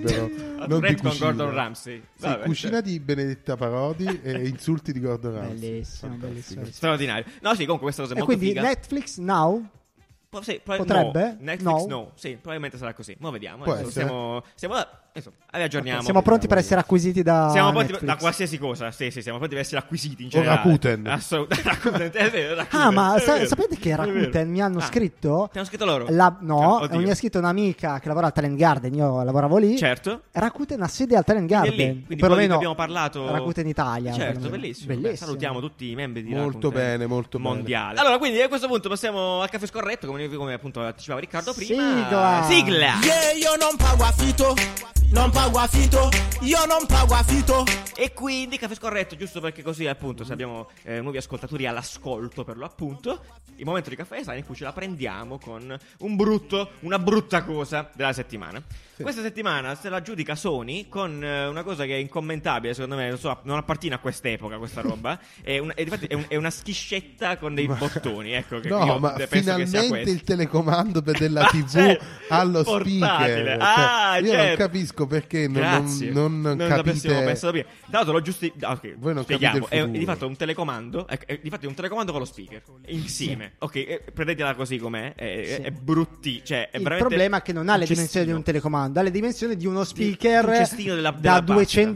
[SPEAKER 2] però,
[SPEAKER 1] La
[SPEAKER 2] non di
[SPEAKER 1] Tourette con
[SPEAKER 2] cucina.
[SPEAKER 1] Gordon Ramsay.
[SPEAKER 2] Sì,
[SPEAKER 1] Vabbè,
[SPEAKER 2] cucina
[SPEAKER 1] cioè.
[SPEAKER 2] di Benedetta Parodi e insulti di Gordon Ramsay.
[SPEAKER 3] Bellissimo,
[SPEAKER 2] Fantastico.
[SPEAKER 3] bellissimo.
[SPEAKER 1] Straordinario. No, sì, comunque questa cosa è
[SPEAKER 3] E
[SPEAKER 1] molto
[SPEAKER 3] quindi
[SPEAKER 1] figa.
[SPEAKER 3] Netflix Now
[SPEAKER 1] Po- sì, proba-
[SPEAKER 3] Potrebbe?
[SPEAKER 1] no. Netflix
[SPEAKER 3] No.
[SPEAKER 1] no. Sì, probabilmente sarà così. Ma vediamo.
[SPEAKER 2] Può
[SPEAKER 1] adesso
[SPEAKER 2] essere.
[SPEAKER 1] siamo, siamo da- insomma, allora aggiorniamo.
[SPEAKER 3] siamo pronti per essere acquisiti da
[SPEAKER 1] Siamo pronti
[SPEAKER 3] Netflix.
[SPEAKER 1] da qualsiasi cosa. Sì, sì, siamo pronti per essere acquisiti in
[SPEAKER 2] O
[SPEAKER 1] generale.
[SPEAKER 2] Rakuten.
[SPEAKER 1] Assolutamente. Rakuten, è vero, Rakuten,
[SPEAKER 3] Ah, ma
[SPEAKER 1] è
[SPEAKER 3] sa-
[SPEAKER 1] vero,
[SPEAKER 3] sapete che
[SPEAKER 1] è vero.
[SPEAKER 3] Rakuten mi hanno
[SPEAKER 1] Ah,
[SPEAKER 3] scritto?
[SPEAKER 1] Ti hanno scritto loro?
[SPEAKER 3] La- no,
[SPEAKER 1] Ah, oddio.
[SPEAKER 3] mi ha scritto un'amica che lavora al Talent Garden, io lavoravo lì.
[SPEAKER 1] Certo.
[SPEAKER 3] Rakuten ha sede al Talent Garden,
[SPEAKER 1] Quindi è lì, quindi quello di
[SPEAKER 3] perlomeno
[SPEAKER 1] cui abbiamo parlato
[SPEAKER 3] Rakuten Italia.
[SPEAKER 1] Certo,
[SPEAKER 3] perlomeno.
[SPEAKER 1] bellissimo. Beh, salutiamo tutti i membri di
[SPEAKER 2] Molto
[SPEAKER 1] Rakuten
[SPEAKER 2] bene, molto bene.
[SPEAKER 1] mondiale. Allora, quindi a questo punto passiamo al caffè scorretto, come, come appunto anticipava Riccardo prima.
[SPEAKER 3] Sigla.
[SPEAKER 1] Sigla.
[SPEAKER 9] Yeah, io non pago affitto, non pago affitto, io non pago affitto.
[SPEAKER 1] E quindi caffè scorretto, giusto perché così appunto se abbiamo eh, nuovi ascoltatori all'ascolto per lo appunto, il momento di caffè sale in cui ce la prendiamo con un brutto, una brutta cosa della settimana. Questa settimana se la giudica Sony con eh, una cosa che è incommentabile, secondo me, non, so, non appartiene a quest'epoca questa roba, è, una, è, infatti è un- è una schiscetta con dei bottoni, ecco che
[SPEAKER 2] No,
[SPEAKER 1] io
[SPEAKER 2] ma
[SPEAKER 1] penso che sia
[SPEAKER 2] finalmente
[SPEAKER 1] questo.
[SPEAKER 2] il telecomando per della
[SPEAKER 1] Ah,
[SPEAKER 2] TV
[SPEAKER 1] cioè,
[SPEAKER 2] allo
[SPEAKER 1] portatile.
[SPEAKER 2] speaker.
[SPEAKER 1] Ah,
[SPEAKER 2] Cioè, io non
[SPEAKER 1] certo.
[SPEAKER 2] capisco perché non,
[SPEAKER 1] Grazie.
[SPEAKER 2] non, non
[SPEAKER 1] la
[SPEAKER 2] capite.
[SPEAKER 1] avessimo pensato prima. Tra l'altro l'ho giusti... ah, ok,
[SPEAKER 2] Voi non
[SPEAKER 1] spieghiamo.
[SPEAKER 2] capite il
[SPEAKER 1] È
[SPEAKER 2] futuro.
[SPEAKER 1] di fatto un telecomando, è, è di fatto un telecomando con lo speaker insieme. Ok, eh, prendetela così com'è, è, è-
[SPEAKER 3] Sì.
[SPEAKER 1] è brutti, cioè è
[SPEAKER 3] Il
[SPEAKER 1] veramente
[SPEAKER 3] problema è che non ha le
[SPEAKER 1] un
[SPEAKER 3] dimensioni di
[SPEAKER 1] cestino.
[SPEAKER 3] un telecomando, ha le dimensioni di uno
[SPEAKER 1] un
[SPEAKER 3] speaker
[SPEAKER 1] cestino della- della
[SPEAKER 3] da
[SPEAKER 1] pasta.
[SPEAKER 3] 200.000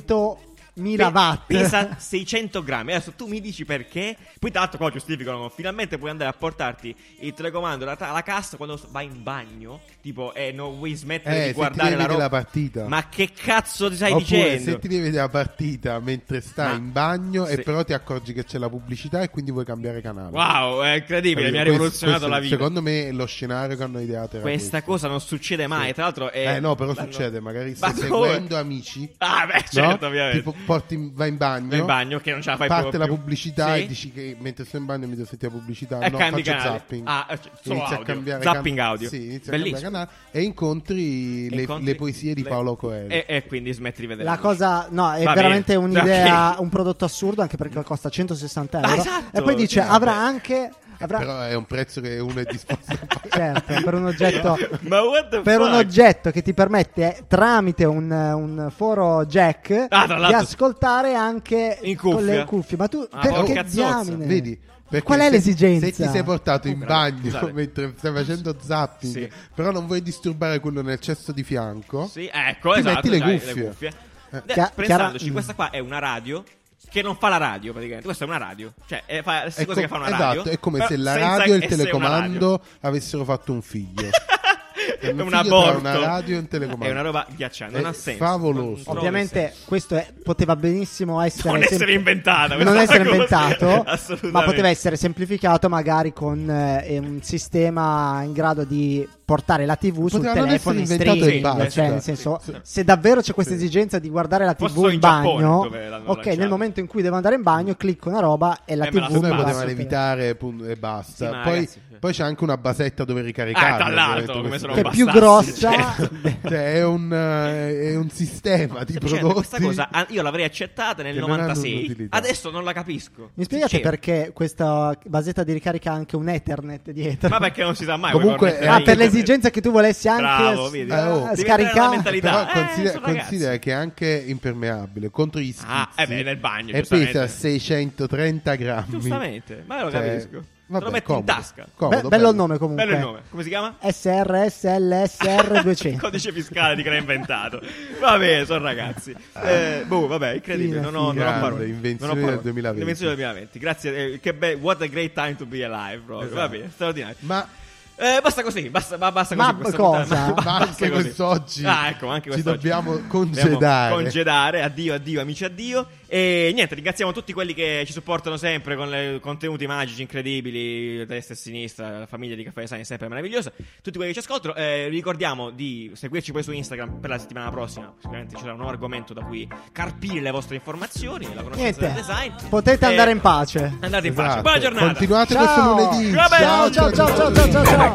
[SPEAKER 1] Pe-
[SPEAKER 3] watt.
[SPEAKER 1] Pesa 600 grammi. Adesso tu mi dici perché. Poi, tra l'altro, qua giustificano. Finalmente puoi andare a portarti il telecomando alla, alla cassa quando vai in bagno. Tipo, eh, non vuoi smettere
[SPEAKER 2] Eh,
[SPEAKER 1] di
[SPEAKER 2] se
[SPEAKER 1] guardare
[SPEAKER 2] ti
[SPEAKER 1] la
[SPEAKER 2] vedi
[SPEAKER 1] roba.
[SPEAKER 2] la partita.
[SPEAKER 1] Ma che cazzo ti stai
[SPEAKER 2] Oppure
[SPEAKER 1] dicendo?
[SPEAKER 2] se ti devi vedere la partita mentre stai
[SPEAKER 1] Ma-
[SPEAKER 2] in bagno
[SPEAKER 1] sì.
[SPEAKER 2] e però ti accorgi che c'è la pubblicità e quindi vuoi cambiare canale.
[SPEAKER 1] Wow, è incredibile.
[SPEAKER 2] Capito?
[SPEAKER 1] Mi ha
[SPEAKER 2] Questo-
[SPEAKER 1] rivoluzionato
[SPEAKER 2] questo,
[SPEAKER 1] la vita.
[SPEAKER 2] Secondo me lo scenario che hanno ideato era
[SPEAKER 1] Questa
[SPEAKER 2] questo.
[SPEAKER 1] cosa non succede mai.
[SPEAKER 2] Sì.
[SPEAKER 1] Tra l'altro, è-
[SPEAKER 2] Eh no, però
[SPEAKER 1] l'hanno-
[SPEAKER 2] succede, magari
[SPEAKER 1] Ma
[SPEAKER 2] stai
[SPEAKER 1] come?
[SPEAKER 2] seguendo amici.
[SPEAKER 1] Ah, beh,
[SPEAKER 2] no?
[SPEAKER 1] certo, ovviamente.
[SPEAKER 2] Tipo porti in- vai in bagno,
[SPEAKER 1] Vai in bagno, che non ce la fai
[SPEAKER 2] parte
[SPEAKER 1] proprio
[SPEAKER 2] la
[SPEAKER 1] più.
[SPEAKER 2] pubblicità
[SPEAKER 1] Sì.
[SPEAKER 2] e dici che mentre sto in bagno mi devo sentire la pubblicità,
[SPEAKER 1] E
[SPEAKER 2] no,
[SPEAKER 1] cambi
[SPEAKER 2] faccio
[SPEAKER 1] canale.
[SPEAKER 2] zapping.
[SPEAKER 1] Ah, eh, c- solo
[SPEAKER 2] Inizia a
[SPEAKER 1] audio.
[SPEAKER 2] cambiare
[SPEAKER 1] Zapping audio.
[SPEAKER 2] Sì, inizia
[SPEAKER 1] Bellissimo.
[SPEAKER 2] a cambiare canale e incontri le,
[SPEAKER 1] Incontri-
[SPEAKER 2] le poesie di
[SPEAKER 1] le- Eh,
[SPEAKER 2] Paolo Coelho.
[SPEAKER 1] E, e quindi smetti di vedere.
[SPEAKER 3] La cosa, no, è
[SPEAKER 1] Va
[SPEAKER 3] veramente
[SPEAKER 1] bene.
[SPEAKER 3] un'idea,
[SPEAKER 1] Ok.
[SPEAKER 3] un prodotto assurdo anche perché costa 160
[SPEAKER 1] Ah,
[SPEAKER 3] euro.
[SPEAKER 1] esatto,
[SPEAKER 3] e poi
[SPEAKER 1] sì,
[SPEAKER 3] dice,
[SPEAKER 1] vabbè.
[SPEAKER 3] avrà anche... avrà-
[SPEAKER 2] Però è un prezzo che uno è disposto a pagare.
[SPEAKER 3] certo, per un oggetto...
[SPEAKER 1] Ma what the
[SPEAKER 3] Per un
[SPEAKER 1] fuck?
[SPEAKER 3] oggetto che ti permette eh, tramite un, un foro jack
[SPEAKER 1] Ah, tra
[SPEAKER 3] di
[SPEAKER 1] l'altro-
[SPEAKER 3] ascoltare anche
[SPEAKER 1] In
[SPEAKER 3] con
[SPEAKER 1] cuffia.
[SPEAKER 3] le cuffie. Ma tu
[SPEAKER 1] Ah, porca
[SPEAKER 3] perché
[SPEAKER 1] zozza.
[SPEAKER 3] diamine?
[SPEAKER 2] Vedi? Perché
[SPEAKER 3] Eh. Qual è
[SPEAKER 2] se-
[SPEAKER 3] l'esigenza?
[SPEAKER 2] Se ti sei portato in
[SPEAKER 1] Oh, bravo,
[SPEAKER 2] bagno
[SPEAKER 1] scusate.
[SPEAKER 2] mentre stai facendo zapping,
[SPEAKER 1] Sì.
[SPEAKER 2] però non vuoi disturbare quello nel cesso di fianco,
[SPEAKER 1] Sì, ecco,
[SPEAKER 2] Ti
[SPEAKER 1] esatto.
[SPEAKER 2] metti le
[SPEAKER 1] dai,
[SPEAKER 2] cuffie.
[SPEAKER 1] Eh,
[SPEAKER 3] Chia-
[SPEAKER 1] Pensandoci,
[SPEAKER 3] Chiara-
[SPEAKER 1] questa qua è una radio che non fa la radio praticamente. Questa è una radio. Cioè, è, fa le stesse
[SPEAKER 2] è,
[SPEAKER 1] cose che
[SPEAKER 2] co-
[SPEAKER 1] fa una radio.
[SPEAKER 2] esatto, è come
[SPEAKER 1] però
[SPEAKER 2] se la
[SPEAKER 1] senza
[SPEAKER 2] radio e il
[SPEAKER 1] essere una radio.
[SPEAKER 2] telecomando avessero fatto un figlio.
[SPEAKER 1] è
[SPEAKER 2] un
[SPEAKER 1] un
[SPEAKER 2] figlio tra
[SPEAKER 1] aborto.
[SPEAKER 2] una radio e un telecomando.
[SPEAKER 1] È una roba ghiacciante, non
[SPEAKER 2] È
[SPEAKER 1] ha senso.
[SPEAKER 2] favoloso.
[SPEAKER 1] Non trova
[SPEAKER 3] Ovviamente
[SPEAKER 1] senso.
[SPEAKER 3] questo è- poteva benissimo essere...
[SPEAKER 1] Non essere inventata questa
[SPEAKER 3] Non essere
[SPEAKER 1] cosa.
[SPEAKER 3] inventato,
[SPEAKER 1] Assolutamente. Ah,
[SPEAKER 3] ma poteva essere semplificato magari con eh, un sistema in grado di portare la TV
[SPEAKER 2] Poteva
[SPEAKER 3] sul
[SPEAKER 2] non
[SPEAKER 3] telefono in
[SPEAKER 2] essere inventato certo.
[SPEAKER 1] e
[SPEAKER 3] streaming.
[SPEAKER 1] basta.
[SPEAKER 3] cioè, nel
[SPEAKER 1] Sì,
[SPEAKER 3] senso,
[SPEAKER 1] sì.
[SPEAKER 3] se davvero c'è questa esigenza di guardare la
[SPEAKER 1] Forse
[SPEAKER 3] TV in
[SPEAKER 1] in Giappone,
[SPEAKER 3] bagno,
[SPEAKER 1] dove l'hanno
[SPEAKER 3] ok,
[SPEAKER 1] lanciata.
[SPEAKER 3] nel momento in cui devo andare in bagno, clicco una roba e la
[SPEAKER 1] Eh, me la
[SPEAKER 3] TV
[SPEAKER 1] Basta.
[SPEAKER 2] Se noi
[SPEAKER 3] passa.
[SPEAKER 2] potevano evitare punto, e basta.
[SPEAKER 1] Sì, ma
[SPEAKER 2] poi,
[SPEAKER 1] ragazzi, cioè-
[SPEAKER 2] poi c'è anche una basetta dove
[SPEAKER 1] Ah,
[SPEAKER 2] ricaricare.
[SPEAKER 1] tra l'altro, come se non
[SPEAKER 3] Che è più
[SPEAKER 1] bastasse,
[SPEAKER 3] grossa.
[SPEAKER 1] certo.
[SPEAKER 2] cioè, è, un, eh, è un sistema di
[SPEAKER 1] Cioè,
[SPEAKER 2] prodotti.
[SPEAKER 1] questa cosa ah, io l'avrei accettata nel
[SPEAKER 2] che non hanno
[SPEAKER 1] 96
[SPEAKER 2] un'utilità.
[SPEAKER 1] adesso non la capisco Cioè,
[SPEAKER 3] Mi spiegate
[SPEAKER 1] Sincero.
[SPEAKER 3] perché questa basetta di ricarica ha anche un Ethernet dietro?
[SPEAKER 1] ma perché non si sa mai
[SPEAKER 2] Comunque,
[SPEAKER 1] vuoi
[SPEAKER 2] eh,
[SPEAKER 1] permettere
[SPEAKER 3] Ah, per
[SPEAKER 1] internet.
[SPEAKER 3] l'esigenza che tu volessi anche
[SPEAKER 1] Bravo,
[SPEAKER 3] s-
[SPEAKER 1] vedi.
[SPEAKER 3] eh,
[SPEAKER 2] Eh, oh.
[SPEAKER 1] Devi avere la
[SPEAKER 3] scaricare.
[SPEAKER 1] mentalità.
[SPEAKER 2] Però
[SPEAKER 1] Eh,
[SPEAKER 2] considera,
[SPEAKER 1] sono ragazzi.
[SPEAKER 2] considera che è anche impermeabile contro gli schizzi
[SPEAKER 1] Ah, eh beh, nel bagno,
[SPEAKER 2] e
[SPEAKER 1] giustamente.
[SPEAKER 2] pesa 630 grammi.
[SPEAKER 1] Giustamente, ma io lo
[SPEAKER 2] Cioè,
[SPEAKER 1] capisco. Te
[SPEAKER 2] vabbè,
[SPEAKER 1] lo metti
[SPEAKER 2] comodo,
[SPEAKER 1] in tasca.
[SPEAKER 3] Be-
[SPEAKER 2] comodo,
[SPEAKER 3] bello, il nome comunque.
[SPEAKER 1] Bello il nome. Come si chiama?
[SPEAKER 3] SRSLSR200.
[SPEAKER 1] Il codice fiscale di che l'ha inventato. Vabbè, sono ragazzi. Eh, boh, vabbè, incredibile.
[SPEAKER 3] Fine,
[SPEAKER 1] Non ho,
[SPEAKER 2] Ah. fine.
[SPEAKER 1] non ho
[SPEAKER 2] Grande,
[SPEAKER 1] parole.
[SPEAKER 2] invenzione
[SPEAKER 1] Non ho parole.
[SPEAKER 2] del 2020.
[SPEAKER 1] Invenzione del 2020. Grazie. eh, che be- what a great time to be alive, proprio.
[SPEAKER 2] Esatto.
[SPEAKER 1] Vabbè, straordinario.
[SPEAKER 2] Ma
[SPEAKER 1] Eh, basta così, basta, ba- basta
[SPEAKER 3] Ma
[SPEAKER 1] così. questa
[SPEAKER 3] cosa?
[SPEAKER 1] puntata.
[SPEAKER 2] Ma anche
[SPEAKER 1] così.
[SPEAKER 2] quest'oggi
[SPEAKER 1] Ah, ecco, anche
[SPEAKER 2] ci
[SPEAKER 1] quest'oggi.
[SPEAKER 2] dobbiamo
[SPEAKER 1] Dobbiamo
[SPEAKER 2] congedare.
[SPEAKER 1] congedare. Addio, addio, amici, addio. E niente, ringraziamo tutti quelli che ci supportano sempre con le- contenuti magici incredibili, destra e sinistra. La famiglia di Caffè Design è sempre meravigliosa. Tutti quelli che ci ascoltano, eh, vi ricordiamo di seguirci poi su Instagram per la settimana prossima. Sicuramente ci sarà un nuovo argomento da cui carpire le vostre informazioni, la conoscenza
[SPEAKER 3] Niente.
[SPEAKER 1] del design.
[SPEAKER 3] Potete
[SPEAKER 1] Eh,
[SPEAKER 3] andare in pace.
[SPEAKER 1] Andate in pace.
[SPEAKER 2] esatto.
[SPEAKER 1] Buona giornata.
[SPEAKER 2] Continuate questo
[SPEAKER 3] Ciao.
[SPEAKER 2] lunedì.
[SPEAKER 1] Va bene,
[SPEAKER 3] Ciao ciao ciao ciao ciao ciao. ciao.